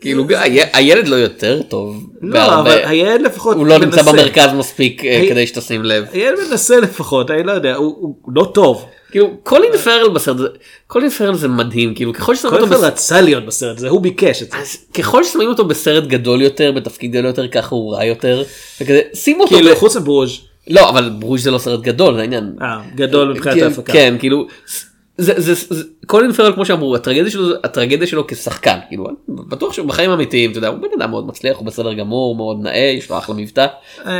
D: כאילו, הי- הילד לא יותר טוב.
E: לא,
D: בהרבה.
E: אבל הילד לפחות
D: הוא לא נמצא
E: מנסה.
D: במרכז מספיק אה,
E: הי-
D: כדי שתשים לב.
E: הילד מנסה לפחות, אני לא יודע, הוא, הוא לא טוב.
D: כאילו קולין פרל בסרט הזה, קולין פרל זה מדהים, כאילו ככל ששמים
E: קודם
D: אותו,
E: אה. כל
D: בס...
E: רצה להיות בסרט הזה, הוא ביקש את זה.
D: אז ככל ששמים אותו בסרט גדול יותר, בתפקיד גדול יותר, ככה הוא רע יותר. וכזה, שימו אותו,
E: כאילו,
D: ב...
E: חוץ מברוז'
D: לא אבל ברוז' זה לא סרט גדול, זה העניין.
E: אה, גדול מבחינת
D: כן,
E: ההפקה.
D: כן, כאילו, זה, זה, זה, קולין פרל כמו שאמרו, הטרגדיה שלו, זה- הטרגדיה שלו כשחקן, כאילו, אני בטוח שהוא בחיים אמיתיים, אתה יודע, הוא בן אדם מאוד מצליח, הוא בסדר גמור, הוא מאוד נאה, יש לו אחלה מבטא.
E: אה,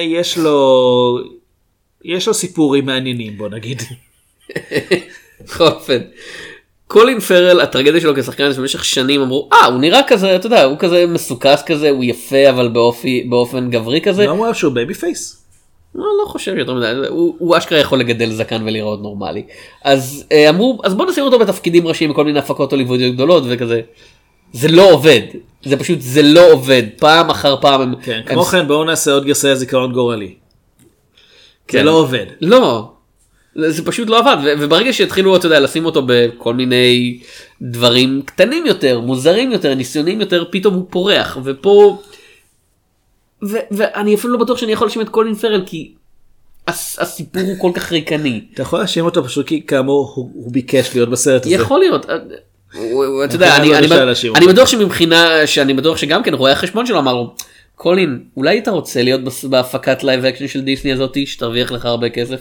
E: יש לו, יש לו סיפורים מעניינים בוא נגיד.
D: בכל אופן. קולין פרל הטרגדיה שלו כשחקן שבמשך שנים אמרו אה הוא נראה כזה אתה יודע הוא כזה מסוכס כזה הוא יפה אבל באופי באופן גברי כזה
E: לא אמרו שהוא בייבי פייס.
D: לא, לא חושב יותר מדי, הוא, הוא אשכרה יכול לגדל זקן ולהיראות נורמלי. אז אה, אמרו, אז בוא נשים אותו בתפקידים ראשיים בכל מיני הפקות הוליוודיות גדולות וכזה. זה לא עובד, זה פשוט, זה לא עובד, פעם אחר פעם הם...
E: כן,
D: הם-
E: כמו כן בואו נעשה עוד גרסה זיכרון גורלי.
D: כן.
E: זה לא עובד.
D: לא, זה זה פשוט לא עבד, ו- וברגע שהתחילו, אתה יודע, לשים אותו בכל מיני דברים קטנים יותר, מוזרים יותר, ניסיונים יותר, פתאום הוא פורח, ופה... ו- ואני אפילו לא בטוח שאני יכול להאשים את קולין פרל, כי הס- הסיפור הוא כל כך ריקני.
E: אתה יכול להאשים אותו פשוט כי כאמור הוא הוא ביקש להיות בסרט הזה.
D: יכול להיות. אה, הוא- הוא- אתה יודע,
E: מבחינה
D: אני-
E: לא
D: אני
E: אפשר
D: בט-
E: להאשים
D: אני
E: אותו.
D: בטוח שמבחינה, שאני בטוח שגם כן רואה החשבון שלו אמר לו, קולין, אולי אתה רוצה להיות בס- בהפקת לייב אקשן של דיסני הזאתי, שתרוויח לך הרבה כסף?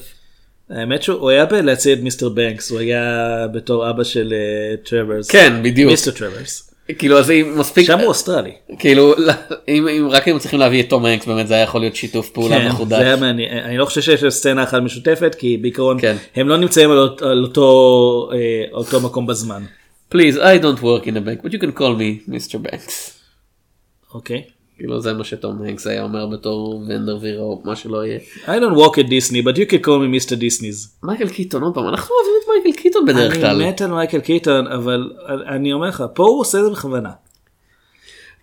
E: האמת שהוא היה בלהציל את מיסטר בנקס הוא היה בתור אבא של אה, טרוורס.
D: כן, בדיוק.
E: מיסטר טרוורס.
D: כאילו, אז אם מספיק,
E: שם הוא אוסטרלי.
D: כאילו, לא, אם אם רק היינו צריכים להביא את תום הנקס, באמת זה היה יכול להיות שיתוף פעולה
E: כן, זה היה
D: מחודש.
E: מעניין. אני לא חושב שיש סצנה אחת משותפת כי בעיקרון
D: כן.
E: הם לא נמצאים על אות- על אותו אה, אותו מקום בזמן.
D: Please, I don't work in a bank, but you can call me Mr. Banks.
E: אוקיי.
D: כאילו, זה מה שתום הנקס היה אומר בתור ונדר וירה, או מה שלא יהיה.
E: I don't walk at Disney but you can call me Mr. Disney's.
D: מייקל קיטון, עוד פעם, אנחנו אוהבים את מייקל קיטון בדרך כלל.
E: אני מת על מייקל קיטון אבל אני אומר לך פה הוא עושה את זה בכוונה.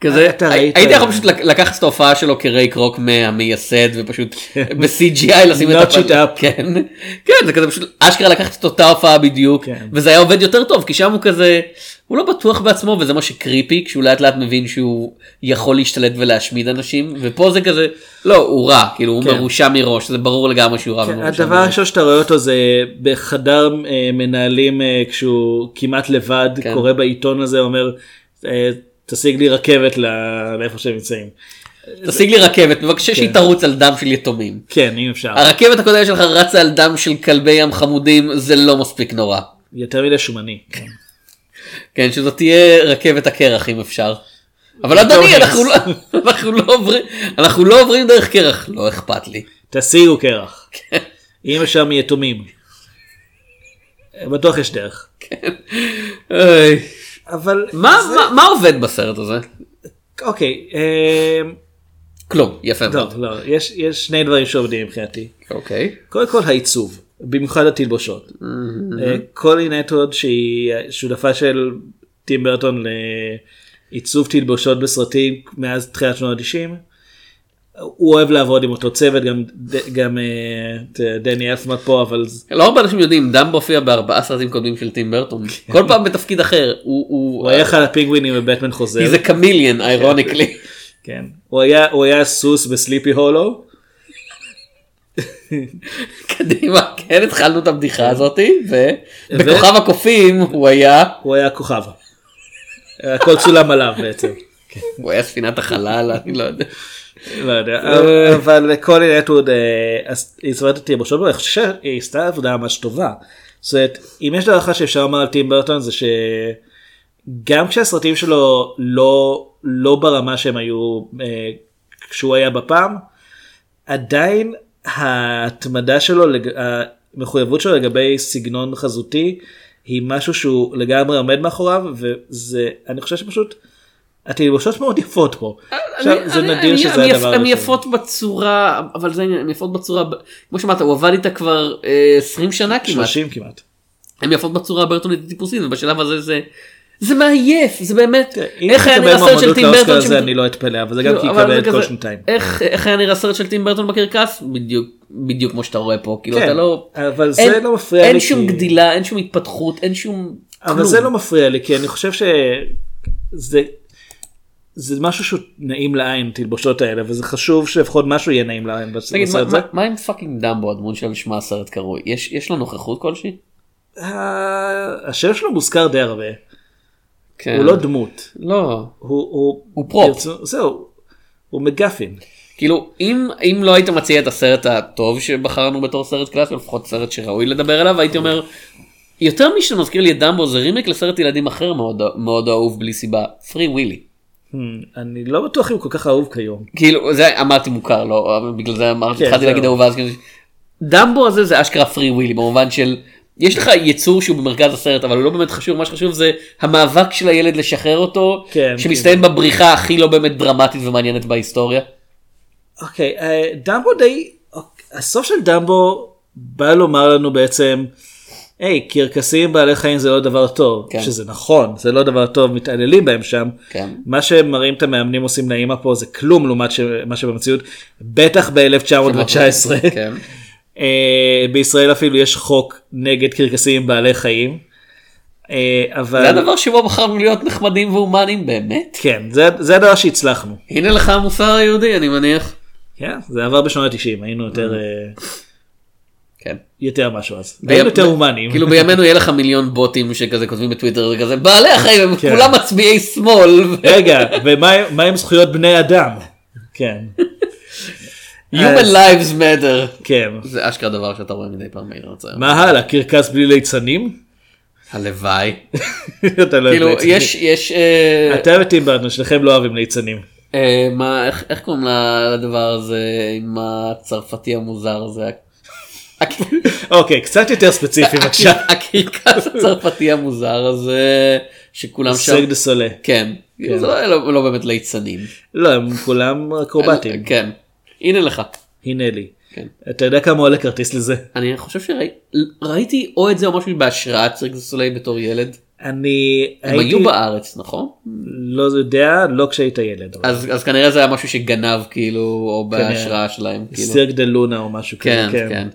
D: כזה,
E: אתה ראית-
D: הייתי יכול פשוט לק- לקחת את ההופעה שלו כרייק רוק מהמייסד ופשוט ב-CGI לשים את
E: Notch it כן. up.
D: כן, כן, זה כזה פשוט אשכרה לקחת את אותה הופעה בדיוק,
E: כן.
D: וזה היה עובד יותר טוב, כי שם הוא כזה, הוא לא בטוח בעצמו וזה מה שקריפי, כשהוא לאט לאט מבין שהוא יכול להשתלט ולהשמיד אנשים, ופה זה כזה, לא, הוא רע, כאילו הוא
E: כן.
D: מרושע מראש, זה ברור לגמרי שהוא רע
E: כן,
D: ומרושע
E: הדבר
D: מראש.
E: הראשון שאתה רואה אותו זה בחדר אה, מנהלים אה, כשהוא כמעט לבד
D: כן.
E: קורא בעיתון הזה אומר אה, תשיג לי רכבת ל- לאיפה שהם נמצאים.
D: תשיג לי רכבת, בבקשה שהיא תרוץ על דם של יתומים.
E: כן אם אפשר
D: הרכבת הקודמת שלך רצה על דם של כלבי ים חמודים, זה לא מספיק נורא.
E: יותר מדי שומני.
D: כן, שזו תהיה רכבת הקרח אם אפשר. אבל אדוני, אנחנו לא- <laughs> אנחנו לא עוברים- אנחנו לא עוברים דרך קרח, לא אכפת לי.
E: תשיגו קרח. אם אפשר מיתומים. אה, בטוח יש דרך.
D: איי.
E: אבל
D: מה- מה- מה עובד בסרט הזה?
E: אוקיי אה,
D: כלום, יפה מאוד.
E: טוב לא יש יש שני דברים שעובדים מבחינתי.
D: אוקיי.
E: קודם כל העיצוב, במיוחד התלבושות. אה, קולין אטרוד שהיא שותפה של טים ברטון לעיצוב תלבושות בסרטים מאז תחילת שנות ה-90. הוא אוהב לעבוד עם אותו צוות, גם, ד- גם אה, את, אה, דני אלפמן פה, אבל זה-
D: לא הרבה אנשים יודעים, דמבו הופיע בארבעה סרטים קודמים של טים ברטון. כל פעם בתפקיד אחר. הוא-
E: הוא
D: הוא... אה,
E: היה אחד הפינגווינים בבטמן חוזר.
D: כי זה קמיליאן, איירוניקלי.
E: כן. הוא, היה, הוא היה סוס בסליפי הולו.
D: קדימה, כן, התחלנו את הבדיחה הזאתי, ובכוכב הקופים הוא היה...
E: הוא היה כוכב. <laughs> הכל צולם עליו בעצם.
D: הוא היה ספינת החלל, אני לא יודע.
E: לא יודע, אבל קולין אטווד הסתובבת אותי בראשון, ואני חושב שהיא עשתה עבודה ממש טובה. זאת אומרת, אם יש דבר אחד שאפשר לומר על טים ברטון זה שגם כשהסרטים שלו לא לא ברמה שהם היו אה, כשהוא היה בפעם, עדיין ההתמדה שלו, לג- המחויבות שלו לגבי סגנון חזותי, היא משהו שהוא לגמרי עומד מאחוריו, וזה, אני חושב שפשוט, התלבושות מאוד יפות פה. עכשיו,
D: אה, אני-
E: זה
D: אני-
E: נדיר
D: אני-
E: שזה
D: אני-
E: הדבר
D: הן
E: הראשון.
D: יפות בצורה, אבל זה העניין, הן יפות בצורה, כמו שאמרת, הוא עבד איתה כבר אה, 20 שנה כמעט.
E: 30 כמעט.
D: הן יפות בצורה הרבה יותר טיפוסית, ובשלב הזה זה... זה מעייף, זה באמת,
E: כן, אם
D: אה, איך היה
E: תקבל
D: נראה סרט של
E: מועמדות
D: טים
E: לאוסקר
D: ברטון,
E: הזה,
D: שמת-
E: אני לא אתפלא, אבל זה גם
D: כאילו,
E: כי
D: אבל זה
E: יקבל את
D: כזה,
E: כל שנתיים.
D: איך איך היה נראה סרט של טים ברטון בקרקס? בדיוק, בדיוק כמו שאתה רואה פה, כאילו
E: כן,
D: אתה לא,
E: אבל זה
D: אין-
E: לא מפריע לי
D: אין שום
E: כי-
D: גדילה, אין שום התפתחות, אין שום כלום.
E: אבל זה לא מפריע לי, כי אני חושב שזה זה משהו שהוא נעים לעין, תלבושות האלה, וזה חשוב שלפחות משהו יהיה נעים לעין בס-
D: תגיד, מה-
E: בסרט הזה.
D: מה- מה עם פאקינג דמבו, הדמות של שמה הסרט קרוי? יש יש לו נוכחות כלשהי?
E: ה- השם שלו מוזכר די הרבה,
D: כן.
E: הוא לא דמות,
D: לא.
E: הוא- הוא
D: הוא פרופ.
E: ברצו- זהו, הוא מגפין.
D: כאילו אם אם לא היית מציע את הסרט הטוב שבחרנו בתור סרט קלאס או לפחות סרט שראוי לדבר עליו הייתי אומר יותר משאתה מזכיר לי את דמבו זה רימיק לסרט ילדים אחר מאוד מאוד אהוב בלי סיבה פרי ווילי.
E: Hmm, אני לא בטוח אם הוא כל כך אהוב כיום.
D: כאילו זה אמרתי מוכר לא אבל בגלל זה אמרתי
E: כן,
D: התחלתי
E: זהו.
D: להגיד אהובה אז כאילו דמבו הזה זה אשכרה פרי ווילי במובן של יש לך יצור שהוא במרכז הסרט אבל הוא לא באמת חשוב מה שחשוב זה המאבק של הילד לשחרר אותו
E: כן,
D: שמסתיים בבריחה הכי לא באמת דרמטית ומעניינת בהיסטוריה.
E: אוקיי, אה, דמבו די, אוק- הסוף של דמבו בא לומר לנו בעצם, היי, קרקסים בעלי חיים זה לא דבר טוב,
D: כן.
E: שזה נכון, זה לא דבר טוב, מתעללים בהם שם.
D: כן.
E: מה שמראים את המאמנים עושים לאימא פה זה כלום לעומת ש... מה שבמציאות, בטח ב-1919.
D: כן.
E: <laughs> אה, בישראל אפילו יש חוק נגד קרקסים בעלי חיים. אה, אבל...
D: זה הדבר שבו בחרנו להיות נחמדים והומניים באמת?
E: כן, זה, זה הדבר שהצלחנו.
D: הנה לך המוסר היהודי אני מניח.
E: כן, זה עבר בשנות ה-90, היינו יותר, אה,
D: כן.
E: יותר משהו אז. היינו יותר הומניים.
D: כאילו בימינו יהיה לך מיליון בוטים שכזה כותבים בטוויטר וכזה בעלי החיים הם
E: כן.
D: כולם מצביעי שמאל.
E: רגע, ומה מה עם זכויות בני אדם? כן,
D: Human lives matter.
E: כן.
D: זה אשכרה דבר שאתה רואה מדי פעם בעיר הצעיר.
E: מה הלאה, קרקס בלי ליצנים? <laughs>
D: הלוואי.
E: אתה לא אוהב
D: כאילו
E: ליצנים.
D: יש יש אה,
E: אתה וטים ברטון, שניכם לא אוהבים ליצנים.
D: אה, מה איך- איך קוראים ל- לדבר הזה עם הצרפתי המוזר הזה. הק-
E: אוקיי, קצת יותר ספציפי
D: אה,
E: בבקשה.
D: הקרקס הצרפתי המוזר הזה שכולם שם.
E: סג דה סולה.
D: כן. זה לא- לא לא באמת ליצנים.
E: לא, הם כולם אקרובטים.
D: כן. הנה לך.
E: הנה לי.
D: כן.
E: אתה יודע כמה עולה כרטיס לזה?
D: אני חושב שראיתי או את זה או משהו בהשראת סרק סולי בתור ילד.
E: אני
D: הם
E: הייתי,
D: היו בארץ נכון?
E: לא יודע, לא כשהיית ילד. אבל
D: אז אז כנראה זה היה משהו שגנב כאילו או
E: כנראה.
D: בהשראה שלהם. כאילו.
E: סירק דה לונה או משהו
D: כן
E: כזה.
D: כן.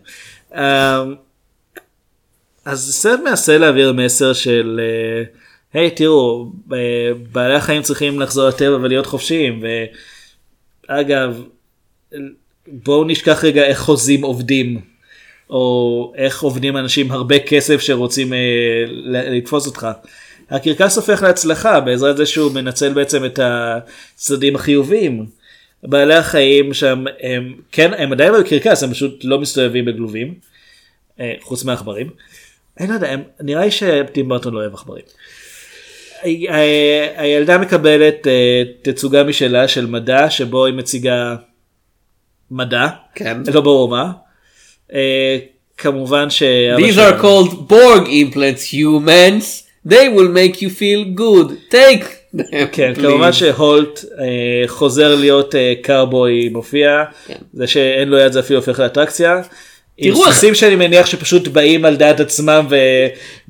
E: אמ, אז הסרט מנסה להעביר מסר של אה, היי תראו אה, בעלי החיים צריכים לחזור לטבע ולהיות חופשיים ואגב בואו נשכח רגע איך חוזים עובדים או איך עובדים אנשים הרבה כסף שרוצים אה, ל- לתפוס אותך. הקרקס הופך להצלחה בעזרת זה שהוא מנצל בעצם את הצדדים החיוביים. בעלי החיים שם הם כן הם עדיין היו קרקס הם פשוט לא מסתובבים בכלובים. אה, חוץ מעכברים. אני לא יודע, הם, נראה לי שטים ברטון לא אוהב עכברים. ה- ה- הילדה מקבלת אה, תצוגה משלה של מדע שבו היא מציגה מדע,
D: כן.
E: לא ברור מה. אה, כמובן ש...
D: These are called Borg implants humans. They will make you feel good. Take them.
E: כן,
D: please.
E: כמובן שהולט אה, חוזר להיות אה, קארבוי מופיע,
D: כן.
E: זה שאין לו יד זה אפילו הופך לאטרקציה.
D: תראו
E: עם
D: איך-
E: סוסים שאני מניח שפשוט באים על דעת עצמם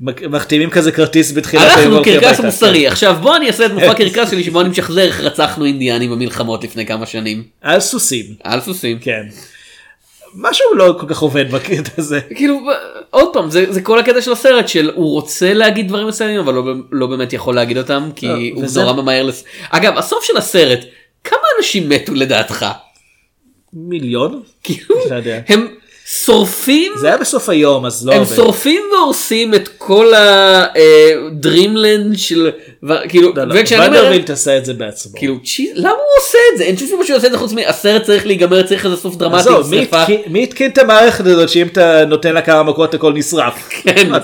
E: ומחתימים כזה כרטיס בתחילת
D: אנחנו
E: הולכים
D: קרקס
E: הביתה. כן.
D: מוסרי עכשיו בוא אני אעשה את
E: <laughs>
D: מופע קרקס שלי שבו אני משחזר איך רצחנו אינדיאנים במלחמות לפני כמה שנים
E: כן, על סוסים,
D: על סוסים
E: כן. משהו לא כל כך עובד בקטע הזה.
D: כאילו עוד פעם זה, זה כל הקטע של הסרט של הוא רוצה להגיד דברים מסוימים אבל לא, במ- לא באמת יכול להגיד אותם כי
E: לא,
D: הוא
E: וזה-
D: נורא ממהר לס... אגב הסוף של הסרט כמה אנשים מתו לדעתך <laughs>
E: מיליון?
D: כאילו
E: לא יודע.
D: הם שורפים
E: זה היה בסוף היום אז לא
D: הם
E: עובד.
D: שורפים והורסים את כל הדרימלנד של ו- כאילו
E: לא, לא.
D: וכשאני אומר
E: ונדרבילט עשה את זה בעצמו.
D: כאילו "צ'י, למה הוא עושה את זה אין שום סיבה שהוא עושה את זה חוץ מהסרט צריך להיגמר צריך איזה סוף דרמטי
E: עזוב, מי
D: שריפה.
E: התקין- מי התקין את המערכת הזאת שאם אתה נותן לה כמה מכות הכל נשרף?
D: כן.
E: מה-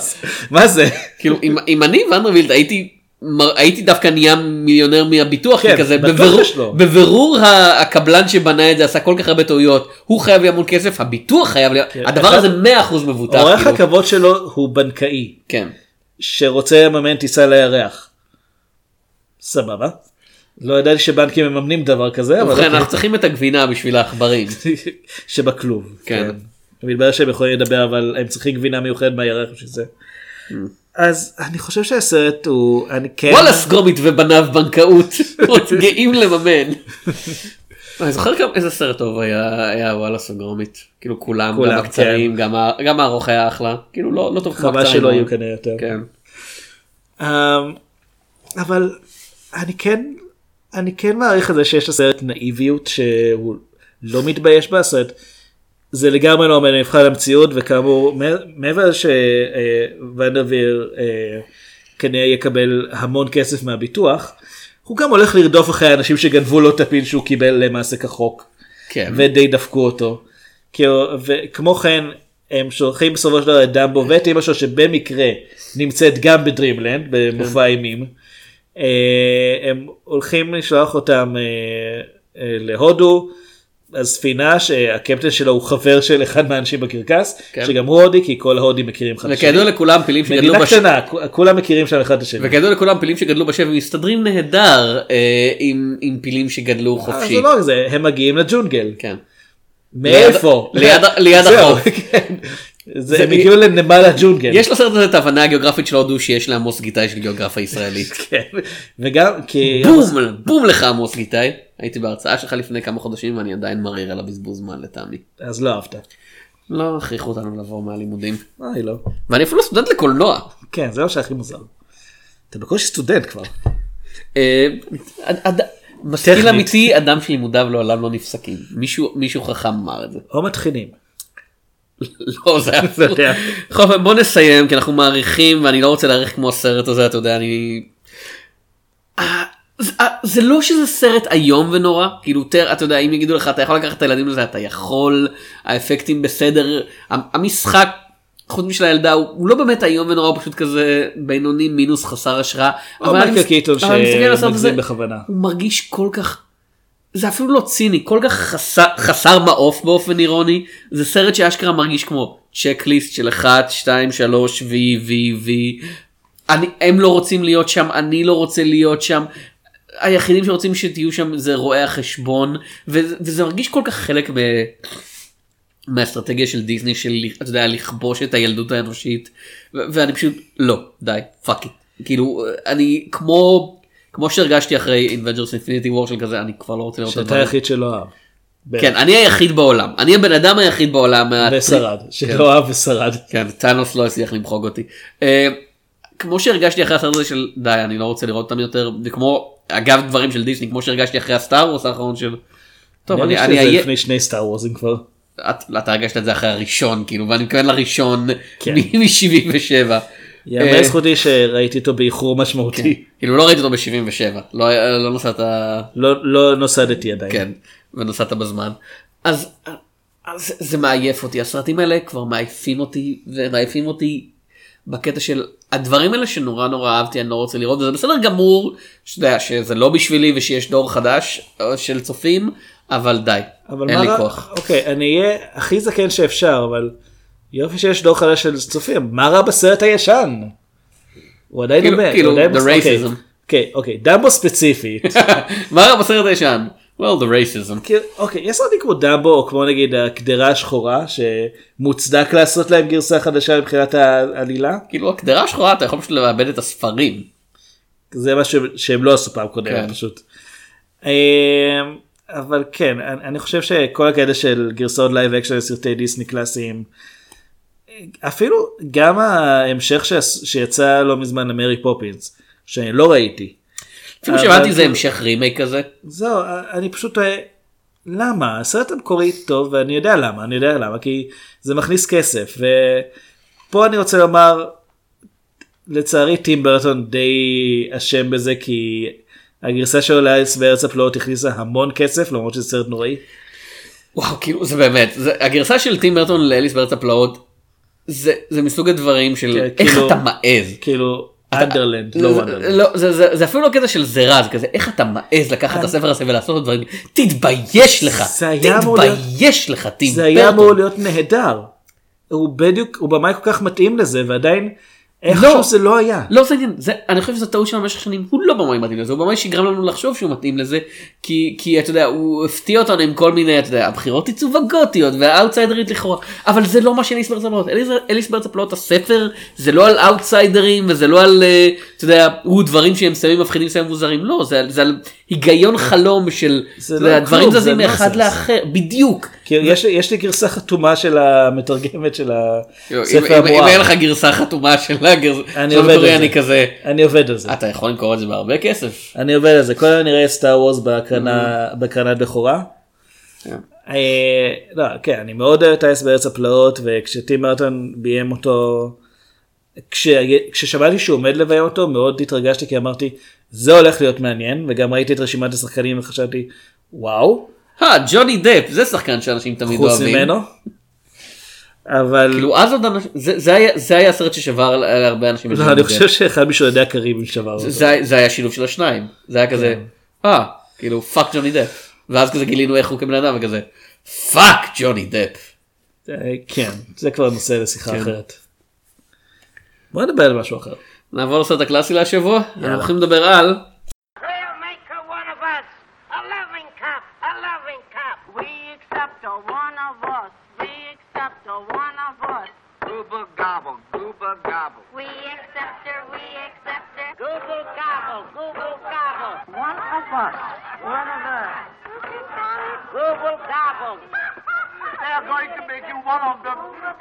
E: מה זה?
D: כאילו אם, אם אני ונדרבילד הייתי מר- הייתי דווקא נהיה מיליונר מהביטוח
E: כן,
D: כי כזה
E: בטוח
D: בבירור,
E: יש לו.
D: בבירור ה- הקבלן שבנה את זה עשה כל כך הרבה טעויות הוא חייב לי המון כסף הביטוח חייב לי הדבר
E: אחד-
D: הזה 100% מבוטח.
E: אורח
D: כאילו.
E: הכבוד שלו הוא בנקאי
D: כן.
E: שרוצה לממן טיסה לירח. סבבה. לא ידעתי שבנקים מממנים דבר כזה אבל כן.
D: ובכן
E: אוקיי. <laughs>
D: אנחנו צריכים את הגבינה בשביל העכברים.
E: שבכלוב.
D: כן.
E: מתברר שהם יכולים לדבר אבל הם צריכים גבינה מיוחדת מהירח בשביל זה. אז אני חושב שהסרט הוא אני כן
D: Mm. וואלה סגרומית ובניו בנקאות <laughs> עוד גאים לממן. אני זוכר גם איזה סרט טוב היה היה וואלה סגרומית כאילו כולם
E: כולם, כן.
D: גם הקצרים גם ה- גם הארוך היה אחלה כאילו לא לא טוב כמו
E: חבל
D: הקצרים,
E: שלא
D: אבל-
E: היו כנראה יותר.
D: כן.
E: אמ, אבל אני כן אני כן מעריך את זה שיש לסרט נאיביות שהוא לא מתבייש בה הסרט. זה לגמרי לא עומד במבחן המציאות וכאמור מ- מעבר שוונדרביר אה, כנראה יקבל המון כסף מהביטוח הוא גם הולך לרדוף אחרי האנשים שגנבו לו את הפיל שהוא קיבל למעשה כחוק
D: כן.
E: ודי דפקו אותו. כאילו, וכמו כן הם שולחים בסופו של דבר את דמבו ואת אמא שלו שבמקרה נמצאת גם בדרימלנד
D: כן.
E: במופע אימים. אה, הם הולכים לשלוח אותם אה, אה, להודו. הספינה שהקפטן שלו הוא חבר של אחד מהאנשים בקרקס
D: כן.
E: שגם הוא הודי כי כל ההודים מכירים אחד את השני.
D: וכידוע לכולם פילים שגדלו
E: מדינה
D: בש-
E: קטנה כ- כולם מכירים שם אחד את השני.
D: וכידוע לכולם פילים שגדלו בשבי מסתדרים נהדר אה, עם עם פילים שגדלו
E: אבל
D: חופשי.
E: לא- זה לא רק זה הם מגיעים לג'ונגל
D: כן.
E: מאיפה?
D: ליד, ה- ליד
E: זהו.
D: החוק.
E: <laughs>
D: כן.
E: זה,
D: זה-
E: הם הגיעו לנמל הג'ונגל.
D: יש לסרט הזה את ההבנה הגיאוגרפית של הודו שיש לעמוס גיטאי של גיאוגרפיה
E: <laughs>
D: ישראלית.
E: כן. וגם כי...
D: בום, בום לך עמוס גיטאי. הייתי בהרצאה שלך לפני כמה חודשים ואני עדיין מריר על הבזבוז זמן לטעמי.
E: אז לא אהבת.
D: לא הכריחו אותנו לעבור מהלימודים.
E: אוי לא.
D: ואני אפילו סטודנט לקולנוע.
E: כן, זה מה שהכי מוזר. אתה בקושי סטודנט כבר.
D: אה, אד- אד- משכיל
E: טכנית.
D: אמיתי, אדם שלימודיו לעולם לא נפסקים. מישהו מישהו חכם אמר את זה.
E: או מתחילים.
D: לא, זה היה אפילו...
E: יודע.
D: בכל אופן, בוא נסיים, כי אנחנו מעריכים, ואני לא רוצה להעריך כמו הסרט הזה, אתה יודע, אני... אה, זה- אה, זה לא שזה סרט איום ונורא, כאילו, תר- אתה יודע, אם יגידו לך, אתה יכול לקחת את הילדים לזה, אתה יכול, האפקטים בסדר, המ- המשחק, חוץ משל הילדה, הוא הוא לא באמת איום ונורא, הוא פשוט כזה בינוני מינוס חסר השראה.
E: או
D: אבל אני
E: מייקל
D: מס-
E: קיטון
D: אבל אני מסתכל על הסרט הזה,
E: שמגזים בכוונה.
D: הוא מרגיש כל כך זה אפילו לא ציני כל כך חסר, חסר מעוף באופן אירוני זה סרט שאשכרה מרגיש כמו צ'קליסט של 1 2 3 וי וי וי אני הם לא רוצים להיות שם אני לא רוצה להיות שם. היחידים שרוצים שתהיו שם זה רואי החשבון וזה, וזה מרגיש כל כך חלק מ... מהאסטרטגיה של דיסני של אתה יודע לכבוש את הילדות האנושית ו- ואני פשוט לא די פאק איט כאילו אני כמו כמו שהרגשתי אחרי אינבנג'רס אינפיניטי וור של כזה אני כבר לא רוצה לראות את
E: שאתה
D: הדברים.
E: היחיד שלא אהב.
D: כן אני היחיד בעולם אני הבן אדם היחיד בעולם מה-
E: ושרד. שלא אהב ושרד.
D: כן, טאנוס לא הצליח למחוק אותי. אה, כמו שהרגשתי אחרי הסרט הזה של די אני לא רוצה לראות אותם יותר וכמו אגב דברים של דיסני כמו שהרגשתי אחרי הסטאר וורס האחרון של. טוב אני אני אה.
E: אהיה...
D: אהיה
E: לפני שני סטאר וורזים כבר.
D: את- אתה הרגשת את זה אחרי הראשון כאילו ואני מתכוון לראשון
E: כן.
D: <laughs> מ-77.
E: יאמר זכותי שראיתי אותו באיחור משמעותי.
D: אה, כאילו לא ראיתי אותו ב-77 לא היה- לא נסעת
E: לא- לא נוסדתי עדיין.
D: כן ונסעת בזמן אז, אז זה מעייף אותי הסרטים האלה כבר מעייפים אותי ומעייפים אותי בקטע של הדברים האלה שנורא נורא אהבתי אני לא רוצה לראות וזה בסדר גמור שאתה יודע, שזה לא בשבילי ושיש דור חדש אה, של צופים אבל די
E: אבל
D: אין
E: מה
D: לי
E: רע-
D: כוח. <laughs>
E: אוקיי, אני אהיה הכי זקן שאפשר, אבל יופי שיש דור חדש של צופים, מה רע בסרט הישן? הוא עדיין
D: כאילו-
E: עומד,
D: כאילו,
E: הוא עדיין
D: the
E: מוס- אוקיי,
D: racism.
E: אוקיי, אוקיי, דמבו ספציפית. <laughs>
D: מה רע בסרט הישן? well the racism.
E: כאילו, אוקיי, יש סרטים כמו דמבו, או כמו נגיד הקדרה השחורה, שמוצדק לעשות להם גרסה חדשה מבחינת העלילה,
D: כאילו הקדרה השחורה אתה יכול פשוט לאבד את הספרים.
E: זה מה שהם- שהם לא עשו פעם
D: כן.
E: קודמת פשוט. אמ, אבל כן, אני אני חושב שכל הקטע של גרסאות לייב אקשן לסרטי דיסני קלאסיים, אפילו גם ההמשך שעש- שיצא לא מזמן למרי פופינס, שאני לא ראיתי.
D: כפי
E: אה, אבל-
D: שהבנתי זה המשך רימייק כזה.
E: זהו, אני פשוט טועה, למה? הסרט המקורי טוב, ואני יודע למה, אני יודע למה, כי זה מכניס כסף. ופה אני רוצה לומר, לצערי טים ברטון די אשם בזה, כי הגרסה שלו לארץ בארץ הפלאות הכניסה המון כסף, למרות שזה סרט נוראי.
D: וואו כאילו זה באמת זה הגרסה של טים ברטון לאליס בארץ הפלאות זה זה מסוג הדברים של
E: כן,
D: איך
E: כאילו-
D: אתה מעז.
E: כאילו, אנדרלנד, לא
D: זה-
E: וונדרלנד.
D: לא, זה- זה- זה אפילו לא קטע של זה רע, זה כזה איך אתה מעז לקחת את הספר הזה ולעשות דברים תתבייש לך
E: זה היה אמור להיות-
D: תתבייש לך טים
E: זה היה אמור
D: ברטון.
E: להיות נהדר. הוא בדיוק, הוא במאי כל כך מתאים לזה, ועדיין, איכשהו זה לא היה.
D: לא זה עניין, זה- אני חושב שזו טעות של במשך שנים, הוא לא במאי מתאים לזה, הוא במאי שיגרם לנו לחשוב שהוא מתאים לזה, כי כי אתה יודע, הוא הפתיע אותנו עם כל מיני, אתה יודע, הבחירות עיצוב הגותיות והאאוטסיידרית לכאורה, אבל זה לא מה שאליס בארץ הפלאות, אליס- אליס בארץ הפלאות הספר, זה לא על אאוטסיידרים וזה לא על, אה, אתה יודע, הוא דברים שהם סמים מפחידים, סמים מוזרים, לא, זה על- זה על היגיון חלום של,
E: זה
D: אתה
E: לא
D: יודע,
E: כלום,
D: דברים
E: זה
D: זזים מאחד
E: נונסנס.
D: לאחר, בדיוק.
E: כי יש, לי- יש לי גרסה חתומה של המתרגמת של
D: אם
E: הספר
D: אם- אם
E: המואר.
D: היה לך גרסה חתומה של הגרסה,
E: אני
D: של
E: עובד על
D: הקוריאני
E: זה.
D: כזה,
E: אני עובד על זה.
D: אתה יכול למכור את זה בהרבה כסף.
E: אני עובד על זה. כל היום נראה סטאר וורס
D: Mm-hmm.
E: בהקרנה- בהקרנת בכורה.
D: כן.
E: אה, לא, כן, אני מאוד אוהב טייס בארץ הפלאות, וכשטים מרטון ביים אותו, כש- כששמעתי שהוא עומד לביים אותו, מאוד התרגשתי, כי אמרתי, זה הולך להיות מעניין, וגם ראיתי את רשימת השחקנים וחשבתי, וואו,
D: אה, ג'וני דפ, זה שחקן שאנשים תמיד
E: חוץ
D: אוהבים.
E: ממנו. אבל...
D: לא כאילו אז עוד אנשים, זה- זה היה- זה היה הסרט ששבר על- על הרבה אנשים. את
E: לא,
D: ג'וני
E: אני
D: דפ.
E: חושב שאחד משועדי הקריבים שבר אותו.
D: זה היה- זה היה שילוב של השניים. זה היה כזה,
E: כן.
D: אה, כאילו פאק ג'וני דפ. ואז כזה גילינו איך הוא כבן אדם וכזה, פאק ג'וני דפ.
E: אה, כן, זה כבר נושא
D: כן.
E: לשיחה אחרת. בוא נדבר על משהו אחר.
D: נעבור לסרט הקלאסי להשבוע, אנחנו הולכים לדבר על...
I: We'll make her one of us. A loving cop, a loving cop. We accept her one of Google gobble, Google gobble. One of us, one of us. Google gobble.
C: They're going to make you one of them.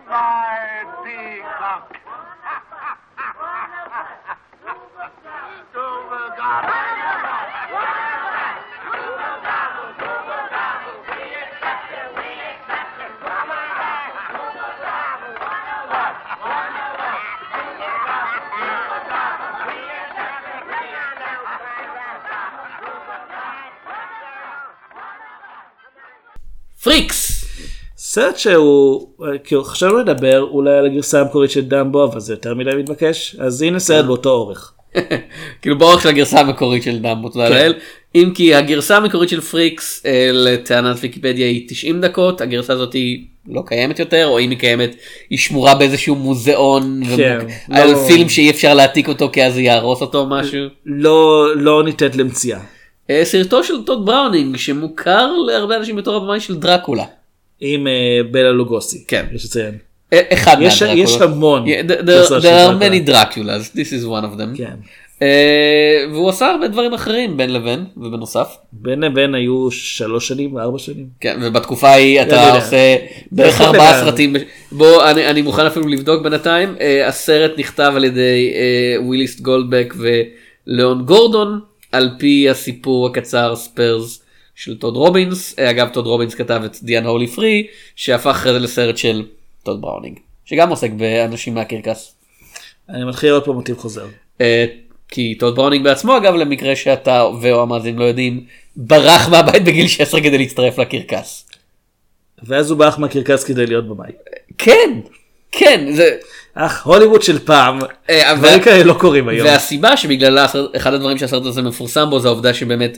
C: My peacock. Google
D: פריקס!
E: סרט שהוא, כאילו חשבנו לדבר אולי על הגרסה המקורית של דמבו, אבל זה יותר מדי מתבקש, אז הנה
D: כן.
E: סרט באותו אורך.
D: כאילו באורך של הגרסה המקורית של דמבו,
E: כן.
D: תודה לאל. אם כי הגרסה המקורית של פריקס אה, לטענת ויקיפדיה היא 90 דקות, הגרסה הזאת היא לא קיימת יותר, או אם היא קיימת, היא שמורה באיזשהו מוזיאון,
E: כן,
D: ו... על
E: לא-
D: פילם שאי אפשר להעתיק אותו כי אז זה יהרוס אותו או משהו.
E: לא, לא ניתנת למציאה.
D: אה, סרטו של טוד בראונינג שמוכר להרבה אנשים בתור הבמאי של דרקולה.
E: עם אה, בלה לוגוסי.
D: כן.
E: יש לציין.
D: אה, אחד
E: יש-
D: מהדרקולות.
E: יש המון
D: Yeah, there-
E: גרסה
D: there
E: של
D: there are
E: דרקולה.
D: many Draculas, this is one of them.
E: כן.
D: אה, והוא עשה הרבה דברים אחרים בין לבין ובנוסף.
E: בין לבין היו שלוש שנים, ארבע שנים.
D: כן, ובתקופה ההיא
E: לא
D: אתה
E: יודע.
D: עושה בערך
E: בהחלט
D: ארבעה
E: לגמרי.
D: סרטים. בש- בוא, אני, אני מוכן אפילו לבדוק בינתיים. אה, הסרט נכתב על ידי אה, וויליסט גולדבק ולאון גורדון, על פי הסיפור הקצר ספיירס של טוד רובינס. אה, אגב, טוד רובינס כתב את דיאן הולי פרי, שהפך אחרי זה לסרט של טוד בראונינג, שגם עוסק באנשים מהקרקס.
E: אני מתחיל עוד פעם מוטיב חוזר.
D: אה, כי טוד בראונינג בעצמו, אגב, למקרה שאתה ו/או המאזין לא יודעים, ברח מהבית בגיל <laughs> 16 כדי להצטרף לקרקס.
E: ואז הוא ברח מהקרקס כדי להיות במאי.
D: כן, כן, זה...
E: אך הוליווד של פעם,
D: אה,
E: דברים
D: אבל-
E: כאלה לא קורים היום.
D: והסיבה שבגללה הסרט- אחד הדברים שהסרט הזה מפורסם בו זה העובדה שבאמת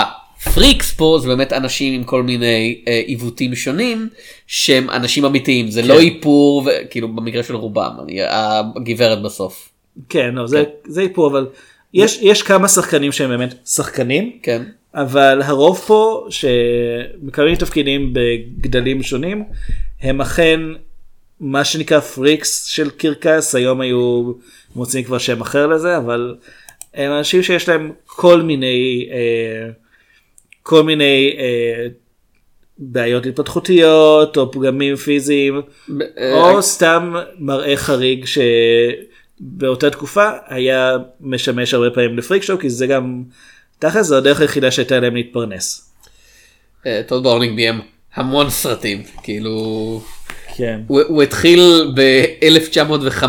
D: הפריקס פה זה באמת אנשים עם כל מיני אה, עיוותים שונים שהם אנשים אמיתיים זה לא איפור ו- כאילו במקרה של רובם אני- הגברת בסוף
E: כן, לא, זה- זה איפור, אבל יש יש כמה שחקנים שהם באמת שחקנים,
D: כן
E: אבל הרוב פה שמקבלים תפקידים בגדלים שונים, הם אכן מה שנקרא פריקס של קרקס, היום היו מוצאים כבר שם אחר לזה, אבל הם אנשים שיש להם כל מיני, אה, כל מיני אה, בעיות התפתחותיות, או פגמים פיזיים,
D: אה,
E: או סתם מראה חריג ש... באותה תקופה היה משמש הרבה פעמים לפריק שואו כי זה גם תכל'ס זו הדרך היחידה שהייתה להם להתפרנס.
D: אה, טוד בורנינג ביים המון סרטים כאילו
E: כן.
D: הוא, הוא התחיל ב-1915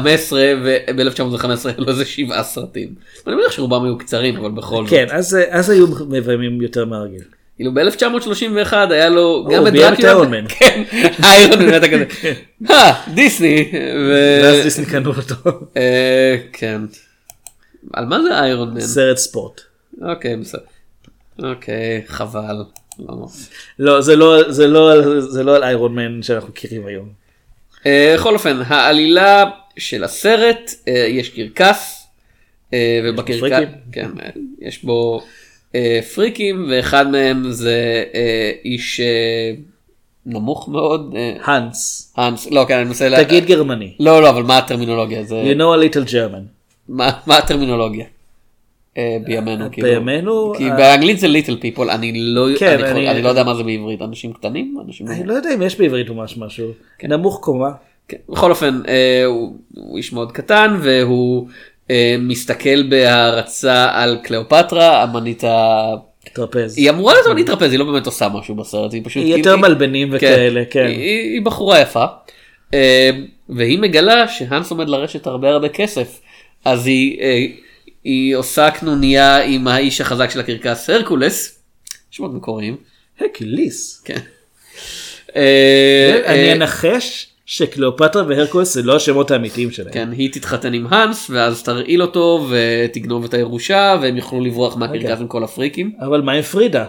D: וב-1915 היו לו איזה שבעה סרטים אני מניח שרובם היו קצרים אבל בכל זאת.
E: כן, אז, אז היו מביימים יותר מהרגיל.
D: כאילו ב-1931 היה לו גם
E: הוא
D: את
E: ביים את
D: דרקולה.
E: איירון מן.
D: <laughs> כן, איירון מן אתה כזה. אה, דיסני. ו-
E: ואז דיסני קנו אותו.
D: אה, כן. על מה זה איירון מן?
E: סרט ספורט.
D: אוקיי, בסדר. אוקיי, חבל. לא נורא.
E: לא, זה לא, זה לא, על- זה לא על איירון מן שאנחנו מכירים היום.
D: אה, בכל אופן, העלילה של הסרט, אה, יש קרקס, אה, ובקרקס,
E: פריקים.
D: כן, אה, יש בו אה, פריקים, ואחד מהם זה אה, איש אה, נמוך מאוד. אה,
E: האנס,
D: האנס, לא, כן, אני מנסה... לה-
E: תגיד גרמני.
D: לא, לא, אבל מה הטרמינולוגיה? זה...
E: You know a little German.
D: מה מה הטרמינולוגיה? אה, בימינו, כאילו.
E: בימינו,
D: כי
E: אה,
D: באנגלית זה ליטל פיפול, אני לא
E: כן,
D: אני יכול-
E: אני-
D: אני לא יודע מה זה בעברית, אנשים קטנים? אנשים...
E: אני לא יודע אם יש בעברית ממש משהו. נמוך קומה.
D: כן. בכל אופן, אה, הוא הוא איש מאוד קטן, והוא אה, מסתכל בהערצה על קליאופטרה, אמנית ה...
E: טרפז.
D: היא אמורה להיות אמנית טרפז, היא לא באמת עושה משהו בסרט, היא פשוט...
E: אוקיי. היא
D: כאילו-
E: יותר מלבנים וכאלה, כן.
D: היא- היא היא בחורה יפה, אה, והיא מגלה שהאנס עומד לרשת הרבה הרבה כסף, אז היא, אה, היא עושה קנוניה עם האיש החזק של הקרקס, הרקולס, שמות מקוריים,
E: הקיליס.
D: כן. אה,
E: כן, אני
D: אה,
E: אנחש שקליאופטרה והרקולס זה לא השמות האמיתיים שלהם.
D: כן, היא תתחתן עם האנס, ואז תרעיל אותו, ותגנוב את הירושה, והם יוכלו לברוח מהקרקס
E: רגע.
D: עם כל הפריקים.
E: אבל מה עם פרידה?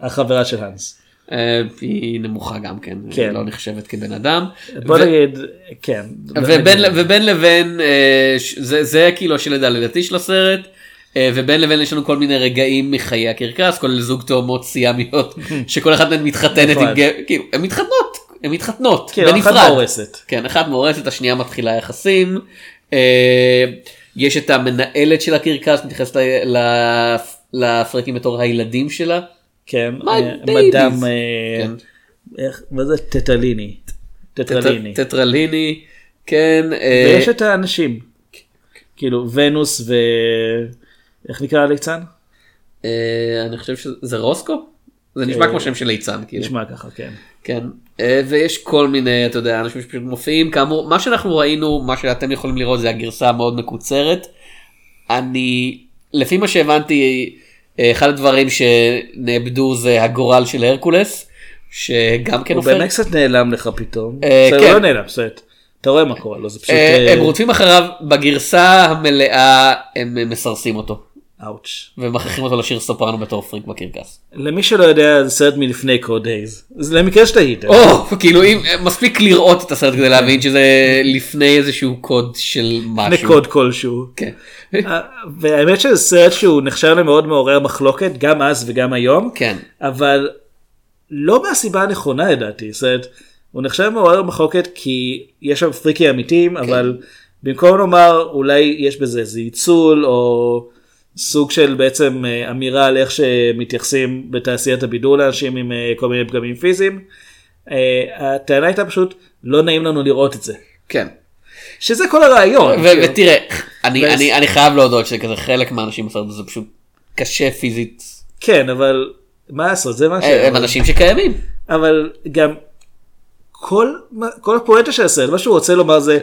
E: החברה של האנס.
D: אה, היא נמוכה גם כן, היא
E: כן.
D: לא נחשבת כבן אדם.
E: בוא
D: ו-
E: נגיד, כן.
D: ובין, ובין לבין, אה, ש- זה, זה כאילו השלד הלידתי של הסרט, אה, ובין לבין יש לנו כל מיני רגעים מחיי הקרקס, כולל זוג תאומות
E: <laughs>
D: סיאמיות, שכל אחת מהן מתחתנת עם
E: נכון.
D: גבר, כאילו, הן מתחתנות, הן מתחתנות,
E: כאילו, אחת
D: בנפרד.
E: מאורסת.
D: כן, אחת מאורסת, השנייה מתחילה יחסים. אה, יש את המנהלת של הקרקס, מתייחסת ל- ל- לפרקים בתור הילדים שלה.
E: כן,
D: My
E: אה,
D: babies.
E: מדאם, אה,
D: כן.
E: איך- מה זה טטליני? טטרליני.
D: טט- טטרליני, כן. אה,
E: ויש את האנשים, כאילו ונוס ו... איך נקרא הליצן?
D: אה, אני חושב שזה רוסקו? זה נשמע
E: אה,
D: כמו שם של ליצן, כאילו.
E: נשמע ככה, כן.
D: כן, אה, ויש כל מיני, אתה יודע, אנשים שפשוט מופיעים, כאמור, מה שאנחנו ראינו, מה שאתם יכולים לראות זה הגרסה המאוד מקוצרת. אני, לפי מה שהבנתי, אה, אחד הדברים שנאבדו זה הגורל של הרקולס, שגם כן
E: הוא
D: נופל.
E: באמת קצת נעלם לך פתאום.
D: אה,
E: בסדר,
D: כן.
E: לא נעלם, בסדר. אתה רואה מה קורה לו, זה פשוט...
D: אה,
E: אה,
D: הם רודפים אחריו, בגרסה המלאה הם אה, מסרסים אותו,
E: אאוץ'.
D: ומכריחים אותו לשיר סופרנו בתור פריק בקרקס.
E: למי שלא יודע, זה סרט מלפני קוד דייז. אז למקרה שתהית.
D: או, כאילו, אם- מספיק לראות את הסרט כדי להבין שזה לפני איזשהו קוד של משהו.
E: כן. לפני קוד כלשהו.
D: כן.
E: אה, והאמת שזה סרט שהוא נחשב למאוד מעורר מחלוקת, גם אז וגם היום.
D: כן.
E: אבל לא מהסיבה הנכונה לדעתי. זאת אומרת, הוא נחשב מעורר מחלוקת כי יש שם פריקים
D: כן.
E: אמיתיים, אבל במקום לומר אולי יש בזה איזה ניצול, או סוג של בעצם אה, אמירה על איך שמתייחסים בתעשיית הבידור לאנשים עם אה, כל מיני פגמים פיזיים. אה, הטענה הייתה פשוט לא נעים לנו לראות את זה.
D: כן.
E: שזה כל הרעיון.
D: ו-
E: כאילו.
D: ותראה, אני,
E: ואז-
D: אני, אני חייב להודות שכזה חלק מהאנשים בסרט הזה פשוט קשה פיזית. אה,
E: כן, אבל מה לעשות, זה מה ש...
D: הם אנשים שקיימים.
E: אבל גם כל, כל הפואנטה של הסרט, מה שהוא רוצה לומר זה,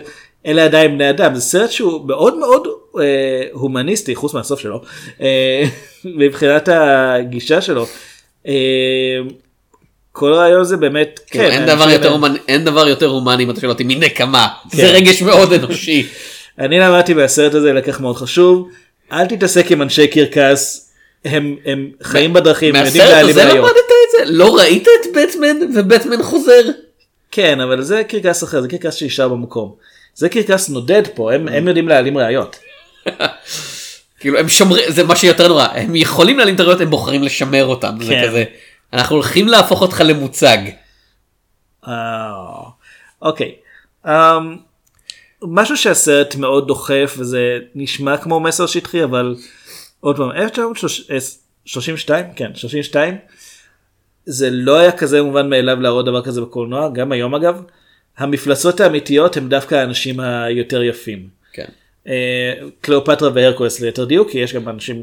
E: אלה עדיין בני אדם, זה סרט שהוא מאוד מאוד אה, הומניסטי, חוץ מהסוף שלו, אה, <laughs> מבחינת הגישה שלו. אה, כל הרעיון זה באמת, כן,
D: כאילו, אין,
E: אני
D: דבר
E: חושב-
D: יותר הומני, אין דבר יותר הומני אם אתה שואל אותי מנקמה.
E: כן.
D: זה רגש מאוד
E: <laughs>
D: אנושי.
E: אני למדתי מהסרט הזה לקח מאוד חשוב, אל תתעסק עם אנשי קרקס, הם, הם חיים בדרכים, הם יודעים
D: מהסרט
E: להעלים
D: הזה
E: בעיות.
D: למדת את זה? לא ראית את בטמן ובטמן חוזר?
E: כן, אבל זה קרקס אחר, זה קרקס שנשאר במקום. זה קרקס נודד פה, הם, הם יודעים להעלים ראיות.
D: כאילו הם שומרים, זה מה שיותר נורא, הם יכולים להעלים את הראיות, הם בוחרים לשמר אותם. זה
E: כן.
D: כזה, אנחנו הולכים להפוך אותך למוצג.
E: אה, אוקיי. אמ, משהו שהסרט מאוד דוחף וזה נשמע כמו מסר שטחי אבל עוד פעם 1932 כן 32 זה לא היה כזה מובן מאליו להראות דבר כזה בקולנוע גם היום אגב. המפלצות האמיתיות הם דווקא האנשים היותר יפים.
D: כן.
E: אה, קליאופטרה והרקולס ליתר דיוק כי יש גם אנשים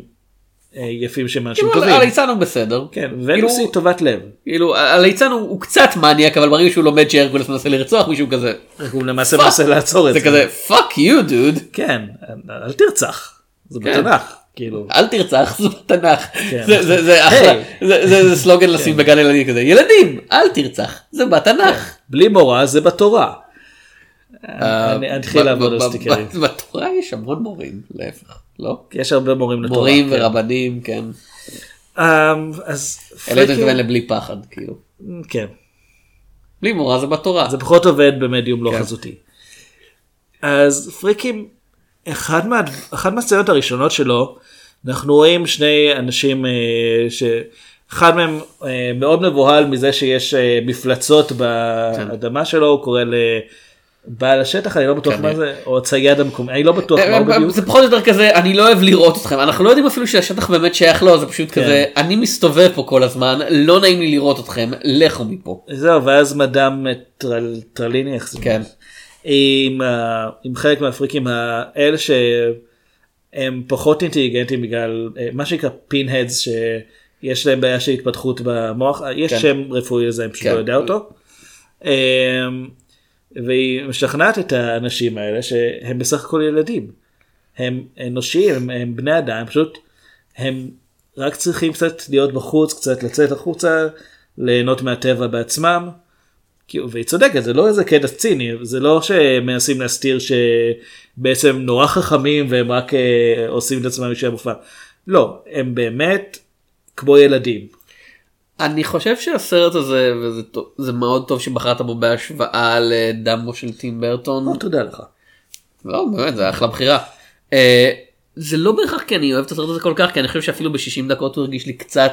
E: אה, יפים שהם אנשים
D: כאילו
E: טובים.
D: הליצן הוא בסדר.
E: כן,
D: כאילו,
E: ונוס היא טובת לב.
D: כאילו הליצן הוא, הוא קצת מניאק אבל ברגע שהוא לומד שהרקולס מנסה לרצוח מישהו הוא כזה
E: הוא למעשה מנסה לעצור את
D: זה
E: זה.
D: כזה fuck you dude
E: כן, אל תרצח, זה
D: כן.
E: בתנ"ך, כאילו.
D: אל תרצח זה בתנ"ך
E: כן.
D: זה זה זה אחלה
E: היי.
D: זה- זה זה סלוגן לשים בגן ילדים כזה ילדים אל תרצח זה בתנ"ך.
E: בלי מורא זה בתורה. אני אתחיל
D: אה, ב-
E: לעבוד על
D: ב- ב-
E: סטיקרים.
D: ב- בתורה יש המון מורים להפך לא
E: יש הרבה מורים לתורה.
D: מורים
E: כן.
D: ורבנים כן
E: אמ, אז
D: אלה אתה
E: פרקים-
D: מתכוון לבלי פחד כאילו
E: כן,
D: בלי מורה זה בתורה
E: זה פחות עובד במדיום לא
D: כן.
E: חזותי. אז פריקים, אחד מה- אחת מהסצנות הראשונות שלו, אנחנו רואים שני אנשים אה, ש... אחד מהם אה, מאוד מבוהל מזה שיש אה,
D: כן.
E: מפלצות באדמה שלו, הוא קורא לבעל השטח, אני לא בטוח
D: כן.
E: מה זה, או צייד המקומי, אני לא בטוח
D: הם-
E: מה הוא
D: הם-
E: בדיוק.
D: אה, זה פחות או יותר כזה אני לא אוהב לראות אתכם אנחנו לא יודעים אפילו שהשטח באמת שייך לו זה פשוט כזה אני מסתובב פה כל הזמן לא נעים לי לראות אתכם לכו מפה.
E: זהו, ואז מדאם טרל, טרליני, איך זה?
D: כן.
E: עם, ה- עם חלק מהאפריקים האלה שהם פחות אינטליגנטים בגלל אה, מה שנקרא פין-הדס, שיש להם בעיה של התפתחות במוח, אה, יש
D: כן.
E: שם רפואי לזה, אני פשוט
D: כן.
E: לא יודע אותו. אה, והיא משכנעת את האנשים האלה שהם בסך הכל ילדים. הם אנושיים, הם, הם בני אדם, פשוט הם רק צריכים קצת להיות בחוץ, קצת לצאת החוצה, ליהנות מהטבע בעצמם. כאילו, והיא צודקת, זה לא איזה קטע ציני, זה לא שמנסים להסתיר שבעצם נורא חכמים והם רק אה, עושים את עצמם אישי המופע. לא, הם באמת כמו ילדים.
D: אני חושב שהסרט הזה וזה טוב- זה מאוד טוב שבחרת בו בהשוואה לדמו של טים ברטון
E: או, תודה לך.
D: לא באמת זה אחלה בחירה. אה, זה לא בהכרח כי אני אוהב את הסרט הזה כל כך כי אני חושב שאפילו ב-60 דקות הוא הרגיש לי קצת.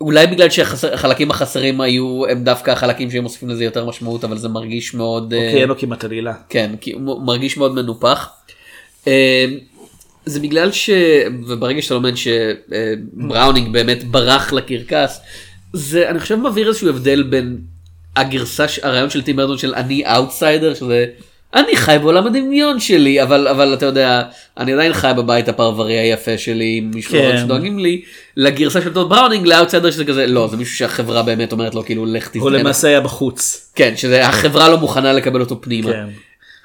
D: אולי בגלל שהחלקים החסרים היו הם דווקא החלקים שהם מוסיפים לזה יותר משמעות אבל זה מרגיש מאוד. אה,
E: אוקיי, אין לו כמעט עלילה.
D: כן, כי הוא מ- מרגיש מאוד מנופח. אה, זה בגלל ש... וברגע שאתה לומד שבראונינג באמת ברח לקרקס, זה אני חושב מבהיר איזשהו הבדל בין הגרסה, ש- הרעיון של טים ברטון של אני אאוטסיידר, שזה אני חי בעולם הדמיון שלי, אבל, אבל אתה יודע, אני עדיין חי בבית הפרברי היפה שלי עם משפחות
E: כן.
D: שדואגים לי, לגרסה של טוד בראונינג לאאוטסיידר שזה כזה, לא, זה מישהו שהחברה באמת אומרת לו כאילו לך
E: הוא
D: תזדהן.
E: למעשה היה בחוץ.
D: כן, שזה החברה לא מוכנה לקבל אותו פנימה.
E: כן.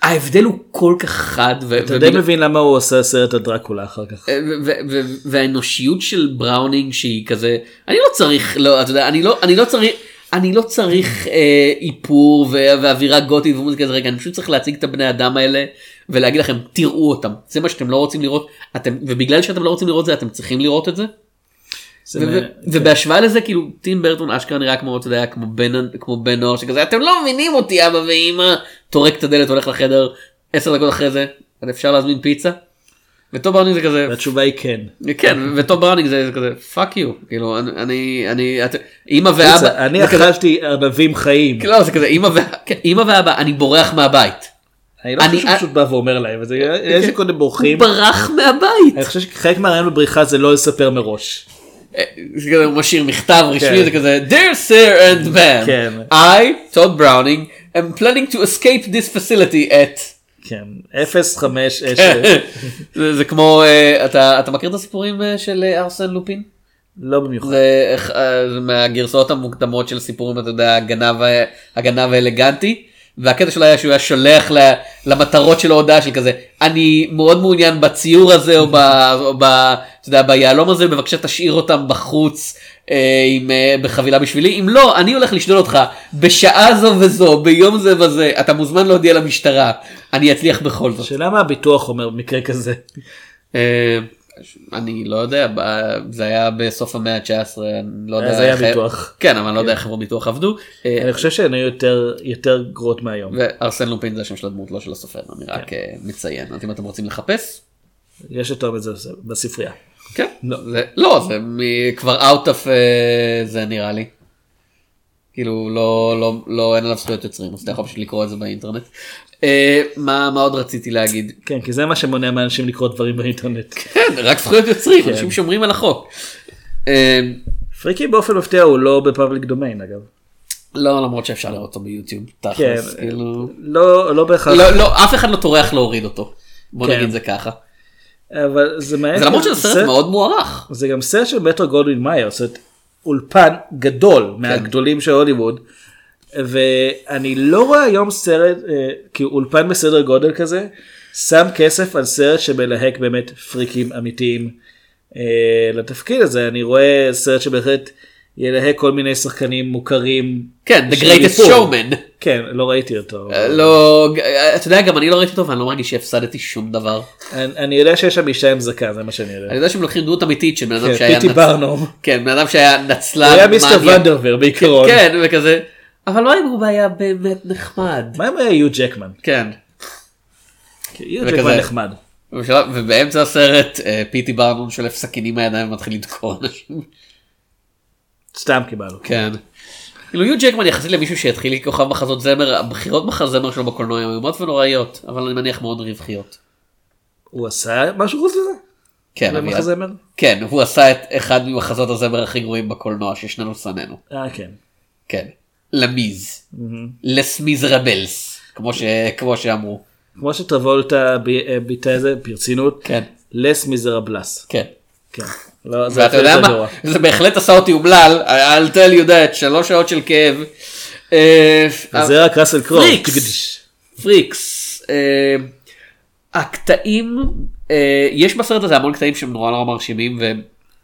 D: ההבדל הוא כל כך חד. ו-
E: אתה
D: ובגלל- אה,
E: די מבין למה הוא עושה סרט הדרקולה אחר כך.
D: ו- ו- ו- והאנושיות של בראונינג שהיא כזה אני לא צריך לא אתה יודע אני לא אני לא צריך אני לא צריך אה, איפור ו- ואווירה גותית ומוזיקה זה רגע אני פשוט צריך להציג את הבני אדם האלה ולהגיד לכם תראו אותם זה מה שאתם לא רוצים לראות אתם ובגלל שאתם לא רוצים לראות זה אתם צריכים לראות את זה.
E: זה כן,
D: ו-
E: מ-
D: ו- ובהשוואה לזה כאילו טים ברטון אשכרה נראה כמו אתה יודע כמו בן כמו בן נוער שכזה אתם לא מבינים אותי אבא ואמא טורק את הדלת הולך לחדר 10 דקות אחרי זה "אז אפשר להזמין פיצה. וטוב ברנינג זה כזה
E: והתשובה היא כן.
D: כן וטוב ברנינג זה זה כזה פאק יו כאילו אני אני אני את- אמא
E: פיצה,
D: ואבא
E: אני אכלתי ארנבים חיים.
D: לא זה כזה אמא ואבא כן, אמא ואבא אני בורח מהבית.
E: אני לא
D: אני-
E: חושב שהוא
D: אה-
E: פשוט בא ואומר להם, זה- אלה שקודם בורחים.
D: הוא ברח
E: אני
D: מהבית.
E: חושב שחלק מהרעיון בבריחה זה לא לספר מראש.
D: אה, זה כזה, הוא משאיר מכתב רשמי
E: כן.
D: זה כזה dear sir and man
E: כן.
D: I טוד בראונינג am planning to escape this facility at
E: כן, 05 אש.
D: אה, <laughs> זה זה כמו אה, אתה אתה מכיר את הסיפורים אה, של אה, ארסן לופין?
E: לא במיוחד.
D: זה איך- אה, זה מהגרסאות המוקדמות של סיפורים אתה יודע הגנב ה- הגנב האלגנטי. והקטע שלו היה שהוא היה שולח ל- למטרות שלו הודעה של כזה אני מאוד מעוניין בציור הזה או, ב, או ב, אתה יודע, ביהלום הזה בבקשה תשאיר אותם בחוץ אה, עם, אה, בחבילה בשבילי אם לא אני הולך לשדול אותך בשעה זו וזו ביום זה וזה אתה מוזמן להודיע למשטרה אני אצליח בכל זאת.
E: שאלה מה הביטוח אומר במקרה כזה.
D: אה, אני לא יודע, ב- זה היה בסוף המאה ה-19, אני לא יודע.
E: אז אה, היה
D: איך-
E: ביטוח.
D: כן, אבל אני לא יודע איך חברות ביטוח עבדו. אה,
E: אני חושב שהן היו יותר- יותר גרועות מהיום.
D: וארסן לופין זה השם של הדמות, לא של הסופר, אני
E: כן.
D: רק אה, מציין. אז אם אתם רוצים לחפש,
E: יש יותר מזה בספרייה.
D: כן. זה- לא, זה מ- כבר out of אה, זה נראה לי. כאילו, לא, לא, לא, אין עליו זכויות יוצרים, אז אתה יכול פשוט לקרוא את זה באינטרנט. אה, מה מה עוד רציתי להגיד?
E: כן, כי זה מה שמונע מאנשים לקרוא דברים באינטרנט.
D: כן, רק זכויות יוצרים, אנשים שומרים על החוק. אה,
E: פריקי באופן מפתיע הוא לא בפאבליק דומיין אגב.
D: לא למרות שאפשר לראות אותו ביוטיוב
E: כן,
D: תכלס כאילו
E: לא לא בהכרח,
D: לא לא אף אחד לא טורח להוריד אותו בוא
E: כן.
D: נגיד את זה ככה
E: אבל זה מעניין.
D: זה למרות שזה סרט
E: סרט-
D: מאוד מוערך
E: זה גם סרט של מטר גולדווין מאייר, זאת אומרת, אולפן גדול
D: כן.
E: מהגדולים של הוליווד, ואני לא רואה היום סרט, אה, כאילו אולפן בסדר גודל כזה, שם כסף על סרט שמלהק באמת פריקים אמיתיים אה, לתפקיד הזה, אני רואה סרט שבהחלט ילהק כל מיני שחקנים מוכרים.
D: כן the
E: של
D: greatest
E: איפור.
D: showman
E: כן, לא ראיתי אותו.
D: אה, לא אה, אתה יודע גם אני לא ראיתי אותו ואני לא מרגיש שהפסדתי שום דבר
E: אני, אני יודע שיש שם אישה עם זקן, זה מה שאני יודע.
D: אני יודע שהם לוקחים דמות אמיתית של בן אדם
E: כן,
D: שהיה
E: פיטי
D: נצ-
E: ברנום.
D: כן בן אדם שהיה נצלן
E: הוא היה מיסטר
D: מניאק.
E: ונדרבר בעיקרון.
D: כן וכזה אבל לא אם הוא היה באמת נחמד
E: מה אם היה יו ג'קמן?
D: כן
E: כי יו
D: וכזה.
E: ג'קמן נחמד.
D: ובשלב- ובאמצע הסרט אה, פיטי ברנום שולף סכינים מהידיים ומתחיל לדקור אנשים
E: סתם קיבלנו.
D: כן. כאילו יו ג'קמן יחסית למישהו שהתחיל כוכב מחזות זמר, הבחירות מחזמר שלו בקולנוע היו איומות ונוראיות, אבל אני מניח מאוד רווחיות.
E: הוא עשה משהו חוץ מזה?
D: כן, אביעד.
E: במחזמר?
D: כן, הוא עשה את אחד ממחזות הזמר הכי גרועים בקולנוע ששנינו שנאנו.
E: אה כן.
D: כן. למיז. לס מיזרבלס. כמו ש- כמו שאמרו.
E: כמו שטרבולטה ב- אה, ביטא את זה ברצינות.
D: כן.
E: לס מזרבלס.
D: כן.
E: כן. לא, זה
D: ואתה
E: אפילו
D: יודע מה?
E: יותר גרוע.
D: זה בהחלט עשה אותי אומלל, I'll tell you that, שלוש שעות של כאב. אה,
E: זה רק ראסל קרוב.
D: פריקס. פריקס. אה, הקטעים, אה, יש בסרט הזה המון קטעים שהם נורא נורא מרשימים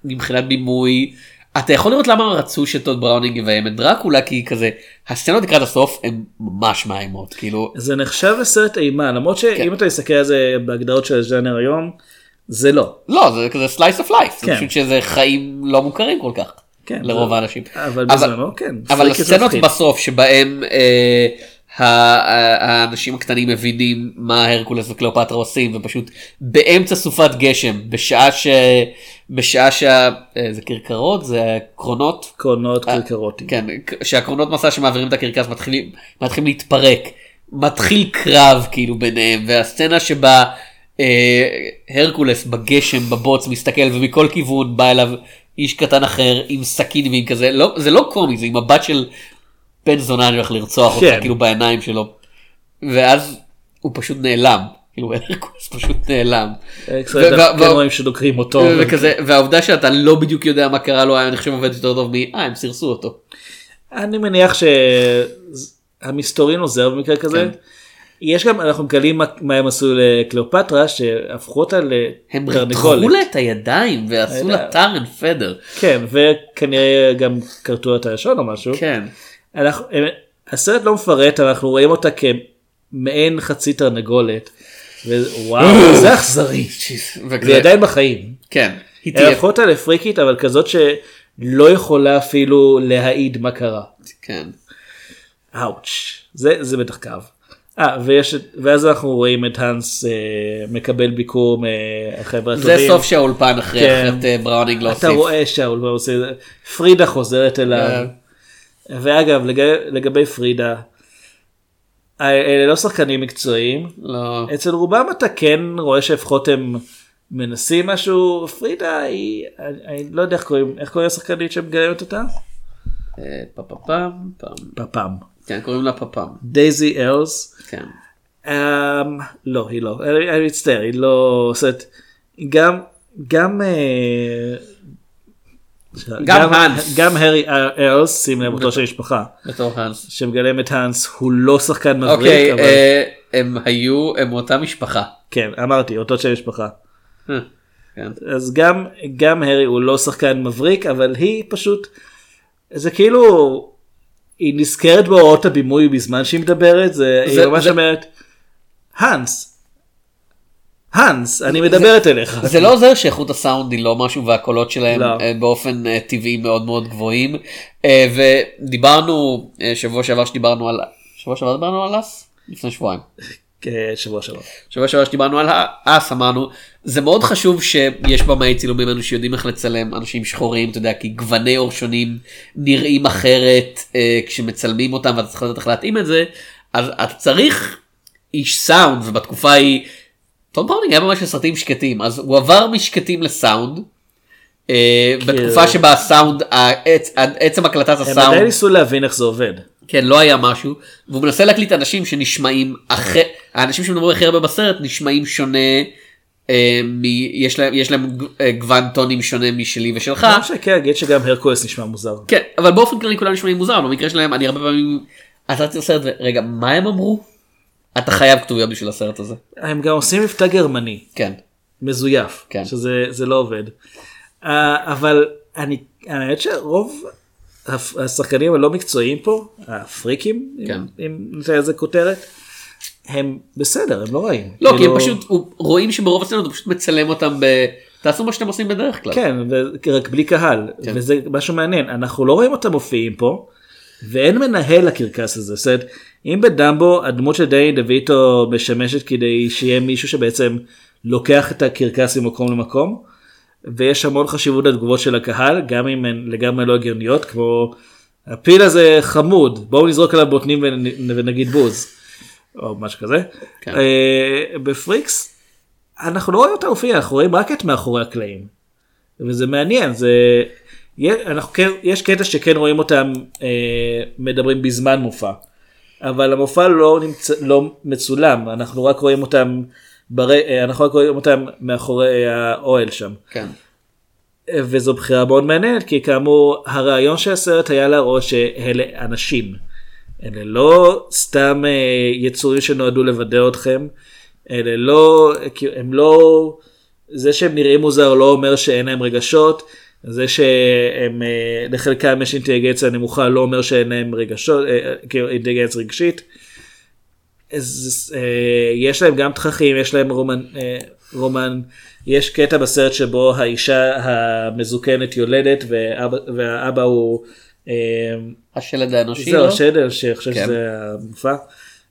D: ומבחינת בימוי. אתה יכול לראות למה רצו שטוד בראונינג יביים את דרקולה כי כזה הסצנות לקראת הסוף הן ממש מאיימות כאילו
E: זה נחשב לסרט אימה למרות
D: כן.
E: שאם אתה מסתכל על זה בהגדרות של הז'אנר היום זה לא.
D: לא זה כזה slice of life זה
E: כן.
D: פשוט שזה חיים לא מוכרים כל כך
E: כן,
D: לרוב
E: זה-
D: האנשים
E: אבל בזמנו כן.
D: אבל
E: פריקי זה
D: הסצנות
E: מפחיד.
D: בסוף שבהם אה, ה- ה- האנשים הקטנים מבינים מה הרקולס וקליאופטרה עושים ופשוט באמצע סופת גשם בשעה ש... בשעה שה... אה, זה כרכרות זה קרונות.
E: קרונות קרקרוטים.
D: כן, שהקרונות מסע שמעבירים את הקרקס מתחילים, מתחילים להתפרק, מתחיל קרב כאילו ביניהם, והסצנה שבה אה, הרקולס בגשם בבוץ מסתכל ומכל כיוון בא אליו איש קטן אחר עם סכין ועם כזה לא זה לא קומי זה עם מבט של בן זונה אני הולך לרצוח אותך
E: כן.
D: כאילו בעיניים שלו ואז הוא פשוט נעלם כאילו הרקולס פשוט נעלם.
E: אקסטרנט,
D: ו- ו-
E: כן
D: ו-
E: רואים שדוקרים אותו.
D: וכזה והעובדה שאתה לא בדיוק יודע מה קרה לו היה נחשב עובד יותר טוב מ אה הם סירסו אותו.
E: אני מניח שהמסתורין עוזר במקרה כזה.
D: כן.
E: יש גם, אנחנו מגלים מה- מה הם עשו לקליאופטרה, שהפכו אותה
D: הם
E: לתרנגולת.
D: רתחו לה את הידיים ועשו לה
E: יודע.
D: טארן פדר.
E: כן, וכנראה גם כרתו לה את הלשון או משהו.
D: כן.
E: אנחנו, הם- הסרט לא מפרט, אבל אנחנו רואים אותה כמעין חצי תרנגולת.
D: אה,
E: ווואו, זה אכזרי.
D: וכזה-
E: זה עדיין אה, בחיים.
D: כן. היא
E: הם
D: תהיה
E: הפכו אותה לפריקית, אבל כזאת שלא יכולה אפילו להעיד מה קרה.
D: כן.
E: אאוץ', זה, זה בטח כאב. אה, ויש, את- ואז אנחנו רואים את האנס אה, מקבל ביקור מהחבר'ה
D: זה
E: הטובים.
D: סוף שהאולפן אחרי
E: כן.
D: אחרת אה, בראונינג לא
E: אתה
D: הוסיף.
E: רואה שאול מה הוא עושה, פרידה חוזרת אליו.
D: כן.
E: ואגב, לגבי, לגבי פרידה, אה, אלה לא שחקנים מקצועיים,
D: לא.
E: אצל רובם אתה כן רואה שלפחות הם מנסים משהו, פרידה היא, אני, אני לא יודע איך קוראים, איך קוראים לשחקנית שמגלמת אותה?
D: אה, פפפם, פם.
E: פפם.
D: כן, קוראים לה פפם.
E: דייזי אלס.
D: כן.
E: Um, לא, היא לא. אני, אני מצטער, היא לא... זאת אומרת, גם... גם... אה,
D: גם האנס.
E: גם הארי ארלס, שים לב אותו של המשפחה,
D: בתור האנס.
E: שמגלם את האנס, הוא לא שחקן מבריק,
D: אוקיי,
E: אבל...
D: אה, הם היו, הם מאותה משפחה.
E: כן, אמרתי, אותו של המשפחה.
D: אה, כן.
E: אז גם, גם הארי הוא לא שחקן מבריק, אבל היא פשוט... זה כאילו... היא נזכרת בהוראות הבימוי בזמן שהיא מדברת, זה,
D: זה-
E: היא ממש
D: זה-
E: אומרת, האנס, האנס, אני מדברת אליך.
D: זה לא עוזר שאיכות הסאונד היא לא משהו והקולות שלהם
E: לא.
D: אה, באופן אה, טבעי מאוד מאוד גבוהים. אה, ודיברנו אה, שבוע שעבר שדיברנו על... שבוע שעבר דיברנו על אס? לפני שבועיים.
E: אה, שבוע שעבר.
D: שבוע שעבר שדיברנו על האס אמרנו זה מאוד חשוב שיש במאי צילומים אנו שיודעים איך לצלם אנשים שחורים אתה יודע כי גווני עור שונים נראים אחרת אה, כשמצלמים אותם ואתה צריך לדעת איך להתאים את זה אז אתה צריך איש סאונד ובתקופה ההיא תום פאונינג היה ממש לסרטים שקטים אז הוא עבר משקטים לסאונד. אה, בתקופה שבה הסאונד העצ- עצם הקלטת
E: כאילו- הם עדיין
D: הסאונד
E: ניסו להבין איך זה עובד.
D: כן, לא היה משהו, והוא מנסה להקליט אנשים שנשמעים אחרי, האנשים שמדברים הכי הרבה בסרט נשמעים שונה, אה, מ... יש להם, יש להם ג- אה, גוון טונים שונה משלי ושלך.
E: מה שכן אגיד שגם הרקולס נשמע מוזר.
D: כן, אבל באופן כללי כולם נשמעים מוזר, במקרה שלהם אני הרבה פעמים, אתה רציתי לסרט, רגע, מה הם אמרו? אתה חייב כתוביות בשביל הסרט הזה.
E: הם גם עושים מבטא גרמני,
D: כן.
E: מזויף,
D: כן.
E: שזה זה לא עובד. אה, אבל אני, האמת שרוב הפ- השחקנים הלא מקצועיים פה, הפריקים, אם-
D: כן.
E: אם נותן לזה כותרת, הם בסדר, הם לא רעים.
D: לא, כי הם
E: כאילו-
D: פשוט, הוא- רואים שברוב הסצנות הוא פשוט מצלם אותם ב... תעשו מה שאתם עושים בדרך כלל.
E: כן, ו- רק בלי קהל,
D: כן.
E: וזה משהו מעניין, אנחנו לא רואים אותם מופיעים פה, ואין מנהל לקרקס הזה, זאת אומרת, אם בדמבו הדמות של דני דויטו משמשת כדי שיהיה מישהו שבעצם לוקח את הקרקס ממקום למקום, ויש המון חשיבות לתגובות של הקהל, גם אם הן לגמרי לא הגיוניות, כמו הפיל הזה חמוד, בואו נזרוק עליו בוטנים ונ- ונגיד בוז, או משהו כזה.
D: כן.
E: אה, בפריקס, אנחנו לא רואים אותה מופיע, אנחנו רואים רק את מאחורי הקלעים. וזה מעניין זה יה- אנחנו כן יש קטע שכן רואים אותם אה, מדברים בזמן מופע אבל המופע לא נמצא לא מצולם אנחנו רק רואים אותם בר... אה, אנחנו רק רואים אותם מאחורי אה, האוהל שם
D: כן.
E: אה, וזו בחירה מאוד מעניינת כי כאמור הרעיון של הסרט היה להראות שאלה אנשים אלה לא סתם אה, יצורים שנועדו לבדר אתכם אלה לא כאילו, הם לא זה שהם נראים מוזר לא אומר שאין להם רגשות, זה שהם אה, לחלקם יש אינטליגנציה נמוכה לא אומר שאין להם רגשות, אה, אה, כאילו אינטליגנציה רגשית. אז, אה, יש להם גם תככים, יש להם רומן, אה, רומן, יש קטע בסרט שבו האישה המזוקנת יולדת ואבא, והאבא הוא, אה,
D: השלד האנושי
E: זהו
D: לא?
E: השדל שאני חושב
D: כן.
E: שזה המופע.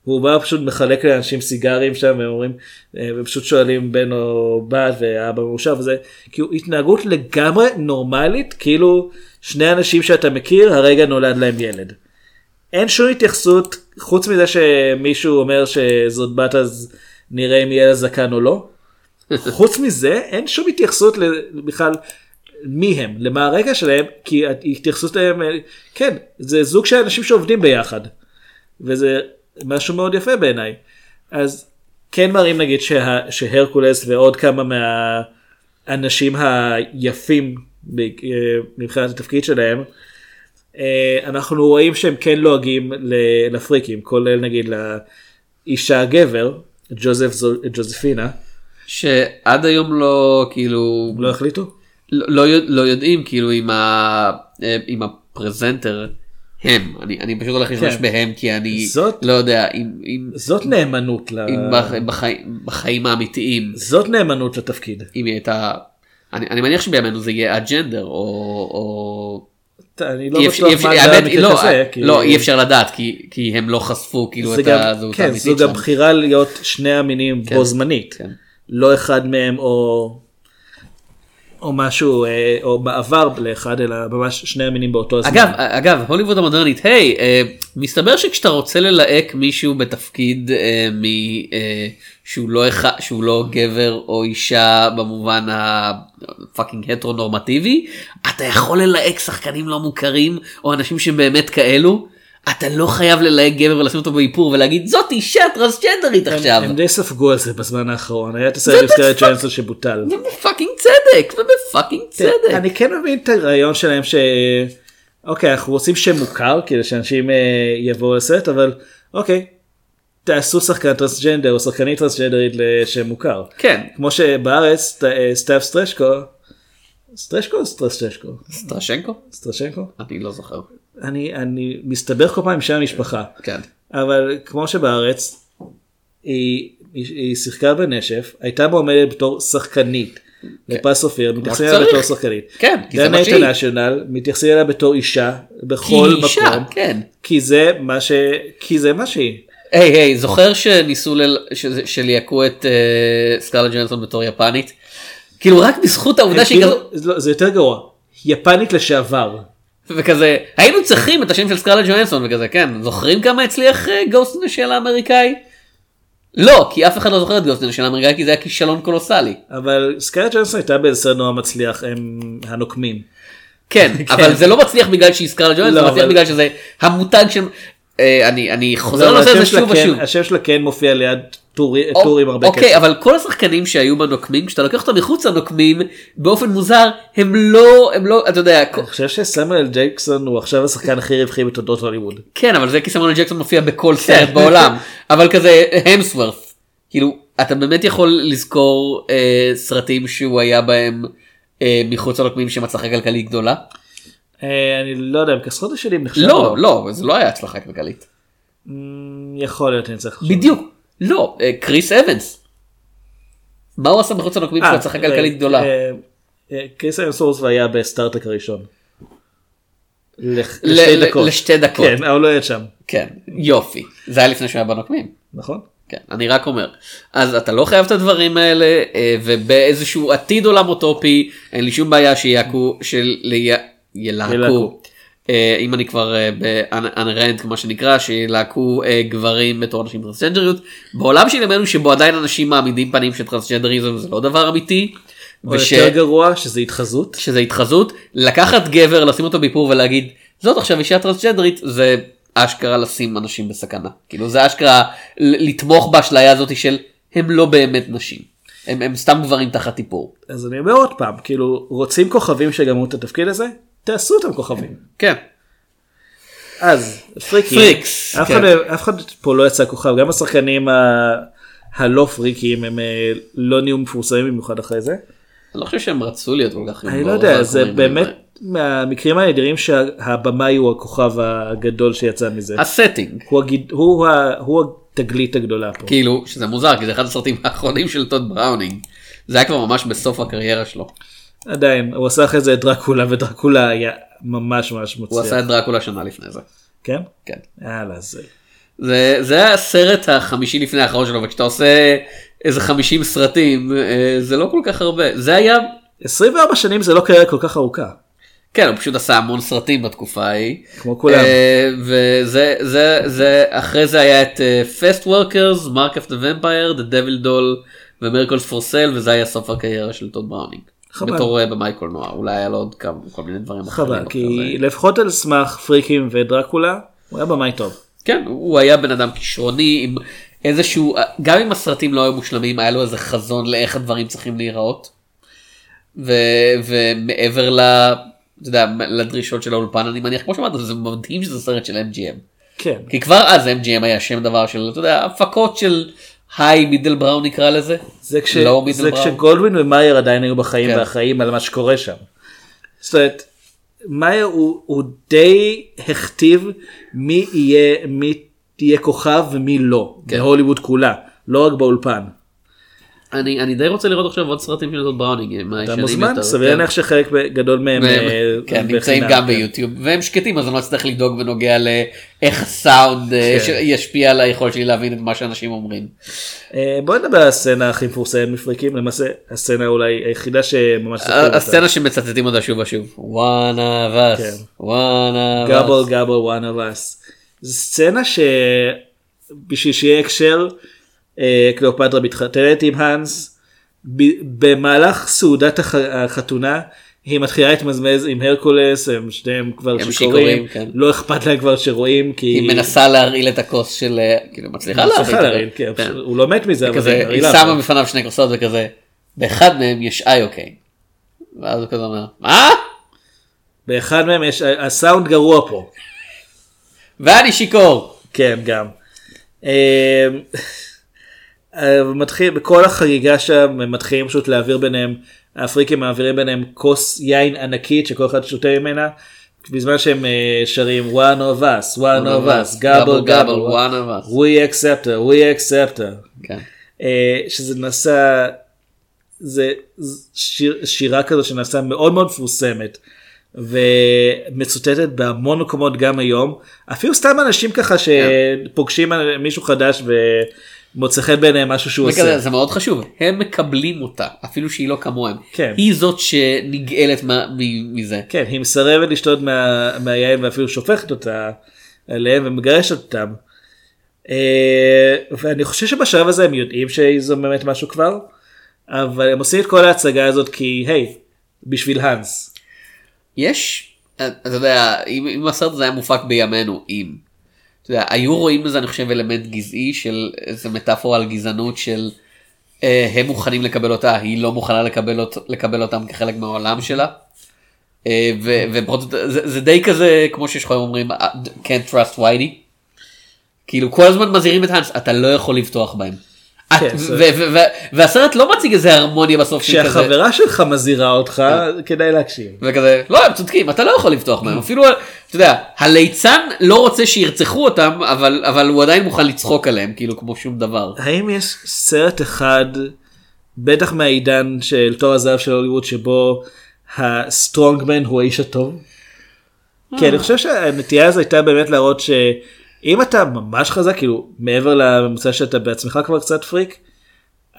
E: הוא בא פשוט מחלק לאנשים סיגרים שם והם אומרים, אה, ופשוט שואלים בן או בת והאבא מאושר וזה, כאילו התנהגות לגמרי נורמלית, כאילו שני אנשים שאתה מכיר הרגע נולד להם ילד. אין שום התייחסות חוץ מזה שמישהו אומר שזאת בת אז נראה אם יהיה לה זקן או לא. חוץ מזה אין שום התייחסות ל- בכלל מי הם, למה הרקע שלהם, כי ההתייחסות להם, אה, כן, זה זוג של אנשים שעובדים ביחד. וזה משהו מאוד יפה בעיניי. אז כן מראים נגיד שה, שהרקולס ועוד כמה מהאנשים היפים ב- אה, מבחינת התפקיד שלהם, אה, אנחנו רואים שהם כן לועגים ל- לפריקים, כולל נגיד לאישה הגבר, ג'וזף זו- ג'וזפינה,
D: שעד היום לא כאילו
E: לא החליטו?
D: לא, לא, יודע- לא יודעים כאילו אם, ה, אה, אם הפרזנטר הם אני, אני פשוט הולך להשתמש
E: כן.
D: בהם כי אני
E: זאת-
D: לא יודע אם, אם,
E: זאת נאמנות, ל...
D: אם בח, בחיים, בחיים האמיתיים
E: זאת נאמנות לתפקיד.
D: אם היא הייתה אני, אני מניח שבימינו זה יהיה הג'נדר או, או
E: ת- אני לא
D: אי אפשר-
E: בטוח
D: אי אפשר-
E: מה זה
D: האמת,
E: המקרה
D: לא,
E: כזה. כי-
D: לא אי אפשר לדעת כי, כי הם לא חשפו כאילו
E: זה
D: את
E: גם,
D: הזהות
E: כן, זו
D: האמיתית
E: גם
D: שלהם.
E: בחירה להיות שני המינים
D: כן,
E: בו זמנית.
D: כן.
E: לא אחד מהם או... או משהו, אה, או מעבר לאחד, אלא ממש שני המינים באותו הזמן.
D: אגב, אגב, הוליווד המודרנית, היי, אה, מסתבר שכשאתה רוצה ללהק מישהו בתפקיד אה, מ, אה, שהוא, לא אחד, שהוא לא גבר או אישה במובן הפאקינג הטרונורמטיבי, אתה יכול ללהק שחקנים לא מוכרים או אנשים שהם באמת כאלו. אתה לא חייב ללהק גבר ולשים אותו באיפור ולהגיד זאת אישה טרנסג'נדרית
E: הם-
D: עכשיו.
E: הם די ספגו על זה בזמן האחרון, היה את הסרט עם סקרט ג'ואנסון שבוטל.
D: זה בפאקינג צדק, זה בפאקינג
E: תראה,
D: צדק.
E: אני כן מבין את הרעיון שלהם ש... אוקיי, אנחנו רוצים שם מוכר, כדי שאנשים אה, יבואו לסרט, אבל אוקיי, תעשו שחקן טרנסג'נדר או שחקנית טרנסג'נדרית לשם מוכר.
D: כן,
E: כמו שבארץ ת- אה, סתיו סטרשקו, סטרשקו או סטרשקו?
D: סטרשנקו?
E: סטרשנקו?
D: אני לא זוכר.
E: אני, אני מסתבך כל פעם עם שם המשפחה,
D: כן.
E: אבל כמו שבארץ, היא, היא, היא שיחקה בנשף, הייתה מועמדת בתור שחקנית. לפרס אופיר, מתייחסים אליה
D: שצריך.
E: בתור שחקנית.
D: כן, כי זה
E: דנה
D: מה שהיא.
E: אינטרנשיונל, מתייחסים אליה בתור אישה, בכל
D: כי היא אישה,
E: מקום.
D: כן.
E: כי זה מה ש... כי זה מה שהיא.
D: היי היי זוכר שניסו ל... שזה- שליהקו את אה, סקרלט ג'ונסון בתור יפנית? כאילו רק בזכות העובדה שהיא
E: כאילו,
D: כזו-
E: לא, זה יותר גרוע. יפנית לשעבר.
D: וכזה היינו צריכים את השם של סקרלט ג'ונסון וכזה כן זוכרים כמה הצליח אה, גוסט של האמריקאי? לא כי אף אחד לא זוכר את גוסט של האמריקאי כי זה היה כישלון קולוסלי.
E: אבל סקרט ג'ונסון הייתה באיזה סרט נורא מצליח, הם הנוקמים. <laughs>
D: כן אבל זה לא מצליח בגלל שהיא סקרלט ג'ונסון
E: לא,
D: זה מצליח
E: אבל-
D: בגלל שזה המותג של... אה, אני אני חוזר
E: אבל
D: לנושא
E: השם
D: הזה
E: שלה
D: שוב
E: כן-
D: ושוב.
E: השם שלה כן מופיע ליד טורי-
D: אוק-
E: טורים הרבה כסף.
D: אוקיי, אבל כל השחקנים שהיו בנוקמים, כשאתה לוקח אותם מחוץ לנוקמים, באופן מוזר, הם לא, הם לא, אתה יודע, כל-
E: אני חושב שסמואל ג'קסון הוא עכשיו השחקן הכי רווחי בתולדות הוליווד.
D: כן, אבל זה כי סמואל ג'קסון מופיע
E: כן.
D: בכל סרט
E: <laughs>
D: בעולם, אבל כזה המסוורת. כאילו, אתה באמת יכול לזכור אה, סרטים שהוא היה בהם אה, מחוץ לנוקמים שהם הצלחה כלכלית גדולה?
E: אה, אני לא יודע, בכסחות השנים נחשב.
D: לא, לא, זה לא היה הצלחה כלכלית.
E: אמ, יכול להיות, אני צריך לחשוב.
D: בדיוק, לא, אה, קריס אבנס. מה הוא עשה מחוץ לנוקמים שהוא
E: אה,
D: הצלחה
E: אה,
D: כלכלית גדולה?
E: אה, אה, קריס אמסורס היה בסטארטק הראשון. לח-
D: ל-
E: לשתי
D: ל-
E: דקות.
D: לשתי דקות.
E: כן, אבל הוא לא היה שם,
D: כן, יופי. זה היה לפני שהוא היה בנוקמים.
E: נכון?
D: כן, אני רק אומר. אז אתה לא חייב את הדברים האלה, אה, ובאיזשהו עתיד עולם אוטופי, אין לי שום בעיה שיעקו, של... י... ילהקו.
E: ילהקו.
D: אה, אם אני כבר באנרנט, מה שנקרא, שילהקו אה, גברים בתור אנשים טרנסג'נדריות. בעולם של ימינו שבו עדיין אנשים מעמידים פנים שטרנסג'נדריזם זה לא דבר אמיתי.
E: או יותר גרוע, שזה התחזות.
D: שזה התחזות, לקחת גבר, לשים אותו באיפור ולהגיד, זאת עכשיו אישה טרנסג'נדרית, זה אשכרה לשים אנשים בסכנה. כאילו זה אשכרה ל- לתמוך באשליה הזאת של הם לא באמת נשים. הם, הם סתם גברים תחת איפור.
E: אז אני אומר עוד פעם, כאילו, רוצים כוכבים שיגמרו את התפקיד הזה? תעשו אותם כוכבים.
D: כן.
E: אז פריקים,
D: פריקס,
E: אף,
D: כן.
E: אחד, אף אחד פה לא יצא כוכב, גם השחקנים ה... הלא פריקים הם אה, לא נהיו מפורסמים במיוחד אחרי זה.
D: אני לא חושב שהם רצו להיות כל כך...
E: אני לא
D: מעורב
E: יודע, זה
D: בדברים
E: באמת
D: האלה.
E: מהמקרים הנדירים שהבמאי הוא הכוכב הגדול שיצא מזה.
D: הסטינג.
E: הוא, הגיד, הוא, ה- הוא התגלית הגדולה פה.
D: כאילו, שזה מוזר, כי זה אחד הסרטים האחרונים של טוד בראונינג. זה היה כבר ממש בסוף הקריירה שלו.
E: עדיין, הוא עשה אחרי זה את דרקולה, ודרקולה היה ממש ממש
D: הוא
E: מצליח.
D: עשה את דרקולה שנה לפני זה.
E: כן?
D: כן.
E: יאללה, זה.
D: זה, זה הסרט החמישי לפני האחרון שלו, וכשאתה עושה איזה 50 סרטים, אה, זה לא כל כך הרבה. זה היה,
E: 24 שנים זה לא קריירה כל כך ארוכה.
D: כן, הוא פשוט עשה המון סרטים בתקופה ההיא.
E: כמו כולם.
D: אה, וזה, אה, זה, זה, אחרי זה היה את פסט וורקרס, מרק אף דה ומפייר, דה דביל דול ומירקולס פור סייל וזה היה סוף הקריירה של טוד בראונינג.
E: חבל.
D: בתור אה, במאי קולנוע אולי היה לו עוד כמה- כל מיני דברים
E: חבל,
D: אחרים,
E: כי
D: אבל-
E: לפחות על סמך פריקים ודרקולה, הוא היה במאי טוב.
D: כן הוא היה בן אדם כישרוני עם איזשהו גם אם הסרטים לא היו מושלמים היה לו איזה חזון לאיך הדברים צריכים להיראות. ו, ומעבר ל, אתה יודע, לדרישות של האולפן אני מניח כמו שאמרת זה מדהים שזה סרט של MGM.
E: כן.
D: כי כבר אז MGM היה שם דבר של אתה יודע הפקות של היי מידל בראון נקרא לזה.
E: זה, כש...
D: לא מידל
E: זה
D: בראון.
E: כשגולדווין ומאייר עדיין היו בחיים
D: כן.
E: ואחראים על מה שקורה שם. זאת אומרת, מאייר הוא, הוא די הכתיב מי יהיה, מי תהיה כוכב ומי לא,
D: כן.
E: בהוליווד כולה, לא רק באולפן.
D: אני, אני די רוצה לראות עכשיו עוד סרטים של דוד בראונינג.
E: אתה
D: מהישנים
E: מוזמן,
D: יותר, כן.
E: סביר להניח שחלק גדול מהם
D: והם-
E: אה,
D: כן,
E: בחינם,
D: נמצאים גם
E: כן.
D: ביוטיוב והם שקטים אז אני לא אצטרך לדאוג בנוגע לאיך הסאונד אה,
E: כן.
D: ש- ישפיע על היכולת שלי להבין את מה שאנשים אומרים.
E: אה, בוא נדבר על הסצנה הכי מפורסמת מפרקים, למעשה הסצנה אולי היחידה שממש זוכרת אה, אותה.
D: הסצנה שמצטטים אותה שוב ושוב. one of
E: כן.
D: us, one of
E: גאבל
D: us.
E: גאבל וואן אב אס. זו סצנה שבשביל שיהיה הקשר אה, קליאופטרה מתחתנת עם האנס. ב- במהלך סעודת הח- החתונה היא מתחילה להתמזמז עם הרקולס הם שניהם כבר
D: הם
E: שיכורים
D: שיכורים, כן.
E: לא אכפת להם כבר שרואים כי
D: היא מנסה להרעיל את הכוס של אה, כאילו מצליחה
E: היא מצליחה
D: להרעיל.
E: להרעיל, כן, הוא לא מת מזה אבל
D: כזה,
E: היא
D: היא
E: מרעילה
D: שמה
E: אותו.
D: בפניו שני כוסות וכזה באחד מהם יש איוקיין. ואז הוא כזה אומר מה?
E: באחד מהם יש הסאונד גרוע פה
D: ואני שיכור.
E: כן, גם. אה, אה, מתחיל, בכל החגיגה שם הם מתחילים פשוט להעביר ביניהם, האפריקים מעבירים ביניהם כוס יין ענקית שכל אחד שותה ממנה, בזמן שהם אה, שרים one of us, one of us, גאבל גאבל,
D: one of us.
E: we accept her, we accept her,
D: כן.
E: אה, שזה נעשה, זה זה שיר, שירה כזו שנעשה מאוד מאוד מפורסמת. ומצוטטת בהמון מקומות גם היום אפילו סתם אנשים ככה שפוגשים מישהו חדש ומוצא חן בעיניהם משהו שהוא
D: וכזה,
E: עושה.
D: זה מאוד חשוב הם מקבלים אותה אפילו שהיא לא כמוהם
E: כן.
D: היא זאת שנגאלת מה- מ- מזה
E: כן היא מסרבת לשתות מה, מהיין ואפילו שופכת אותה עליהם ומגרשת אותם. אה, ואני חושב שבשלב הזה הם יודעים שזו באמת משהו כבר אבל הם עושים את כל ההצגה הזאת כי היי בשביל האנס.
D: יש אה, אתה יודע אם, אם הסרט הזה היה מופק בימינו אם. אתה יודע, היו רואים בזה אני חושב אלמנט גזעי של איזה מטאפורה על גזענות של אה, הם מוכנים לקבל אותה היא לא מוכנה לקבל, אות, לקבל אותם כחלק מהעולם שלה. אה, ו, ובכל זאת זה, זה די כזה כמו ששחורים אומרים "I can't trust whitey. כאילו כל הזמן מזהירים את האנס אתה לא יכול לבטוח בהם. את-
E: כן,
D: ו-
E: זה-
D: ו- ו- ו- והסרט לא מציג איזה הרמוניה בסוף של כזה.
E: כשהחברה שלך מזהירה אותך כדאי להקשיב.
D: וכזה לא הם צודקים אתה לא יכול לבטוח בהם אפילו אתה יודע הליצן לא רוצה שירצחו אותם אבל אבל הוא עדיין מוכן לצחוק עליהם כאילו כמו שום דבר.
E: האם יש סרט אחד, בטח מהעידן של תור הזהב של הוליווד, שבו הסטרונגמן הוא האיש הטוב?
D: אה.
E: כי אני חושב שהנטייה הזו הייתה באמת להראות שאם אתה ממש חזק, כאילו מעבר לממוצע שאתה בעצמך כבר קצת פריק,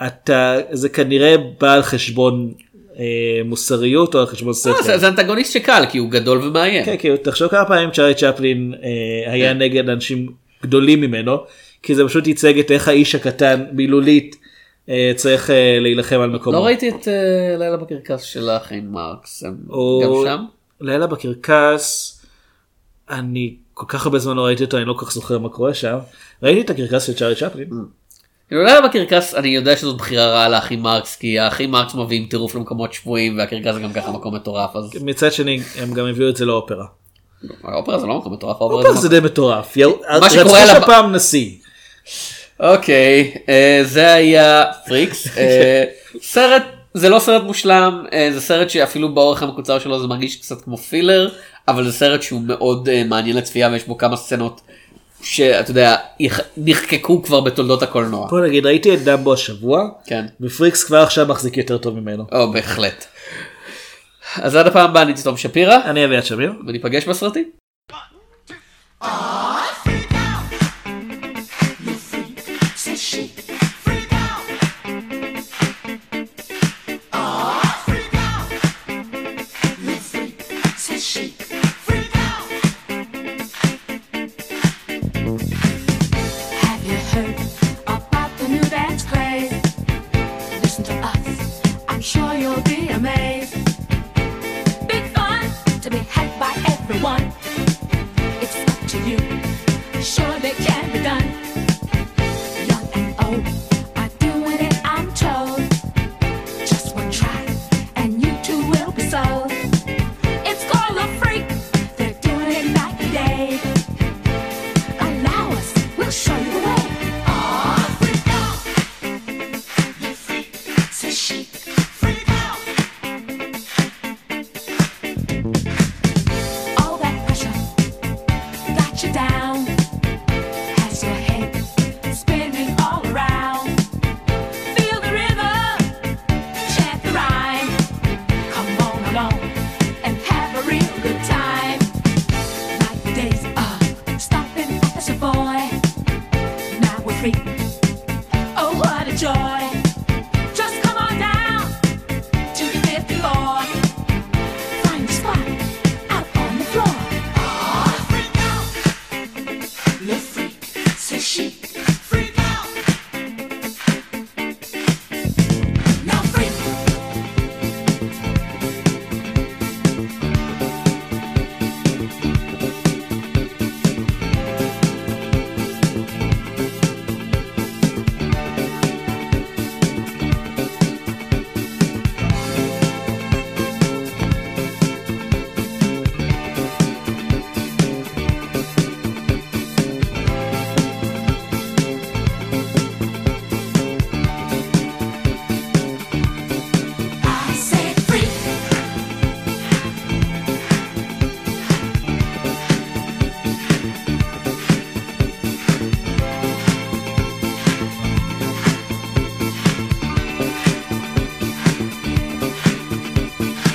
E: אתה, זה כנראה בא על חשבון אה, מוסריות או על חשבון
D: אה, זה-
E: ספר.
D: זה אנטגוניסט שקל כי הוא גדול ומאיים.
E: כן, כאילו תחשוב כמה פעמים צ'ארלי צ'פלין אה, היה
D: כן.
E: נגד אנשים גדולים ממנו, כי זה פשוט ייצג את איך האיש הקטן מילולית אה, צריך אה, להילחם על מקומו.
D: לא ראיתי את אה, לילה בקרקס שלך עם מרקס הם
E: או-
D: גם שם.
E: לילה בקרקס, אני כל כך הרבה זמן לא ראיתי אותו, אני לא כל כך זוכר מה קורה שם. ראיתי את הקרקס של צ'ארלי צ'פלין.
D: כאילו לילה בקרקס אני יודע שזאת בחירה רעה לאחים מרקס כי האחים מרקס מביאים טירוף למקומות שבויים והקרקס זה גם ככה מקום מטורף אז
E: מצד שני, הם גם הביאו את זה לאופרה.
D: האופרה זה לא מקום מטורף. האופרה
E: אופרה
D: מקום-
E: זה די מטורף.
D: מה שקורה
E: רצחו
D: לה-
E: שם פעם נשיא.
D: אוקיי, אה, זה היה פריקס. אה, סרט, זה לא סרט מושלם, אה, זה סרט שאפילו באורך המקוצר שלו זה מרגיש קצת כמו פילר, אבל זה סרט שהוא מאוד אה, מעניין לצפייה ויש בו כמה סצנות שאתה יודע, יח- נחקקו כבר בתולדות הקולנוע.
E: בוא נגיד, ראיתי את דמבו השבוע,
D: כן.
E: ופריקס כבר עכשיו מחזיק יותר טוב ממנו.
D: או, בהחלט. אז עד הפעם הבאה אני תום שפירא,
E: אני אביעד שמיר.
D: וניפגש בסרטים.
J: Oh, Have you heard about the new dance craze? a maze. Big fun to be had by everyone. It's up to you. Surely can be done. Young and old are doing it, I'm told. Just one try, and you too will be sold. It's called a freak. They're doing it night and day. Allow us, we'll show you the way. Aw, freak out. You freak, says she. Freak out. All that pressure got you down. Has your head spinning all around. Feel the rhythm, chant the rhyme. Come on along and have a real good time. Like the days of stopping at the Savoy. Now we're free. Oh, what a joy! Just come on down to the fifth floor. Find your spot out on the floor. Ah, freak out, le freak, c'est chic. Freak out. Now freak. I said freak.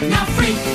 J: Now freak. Oh,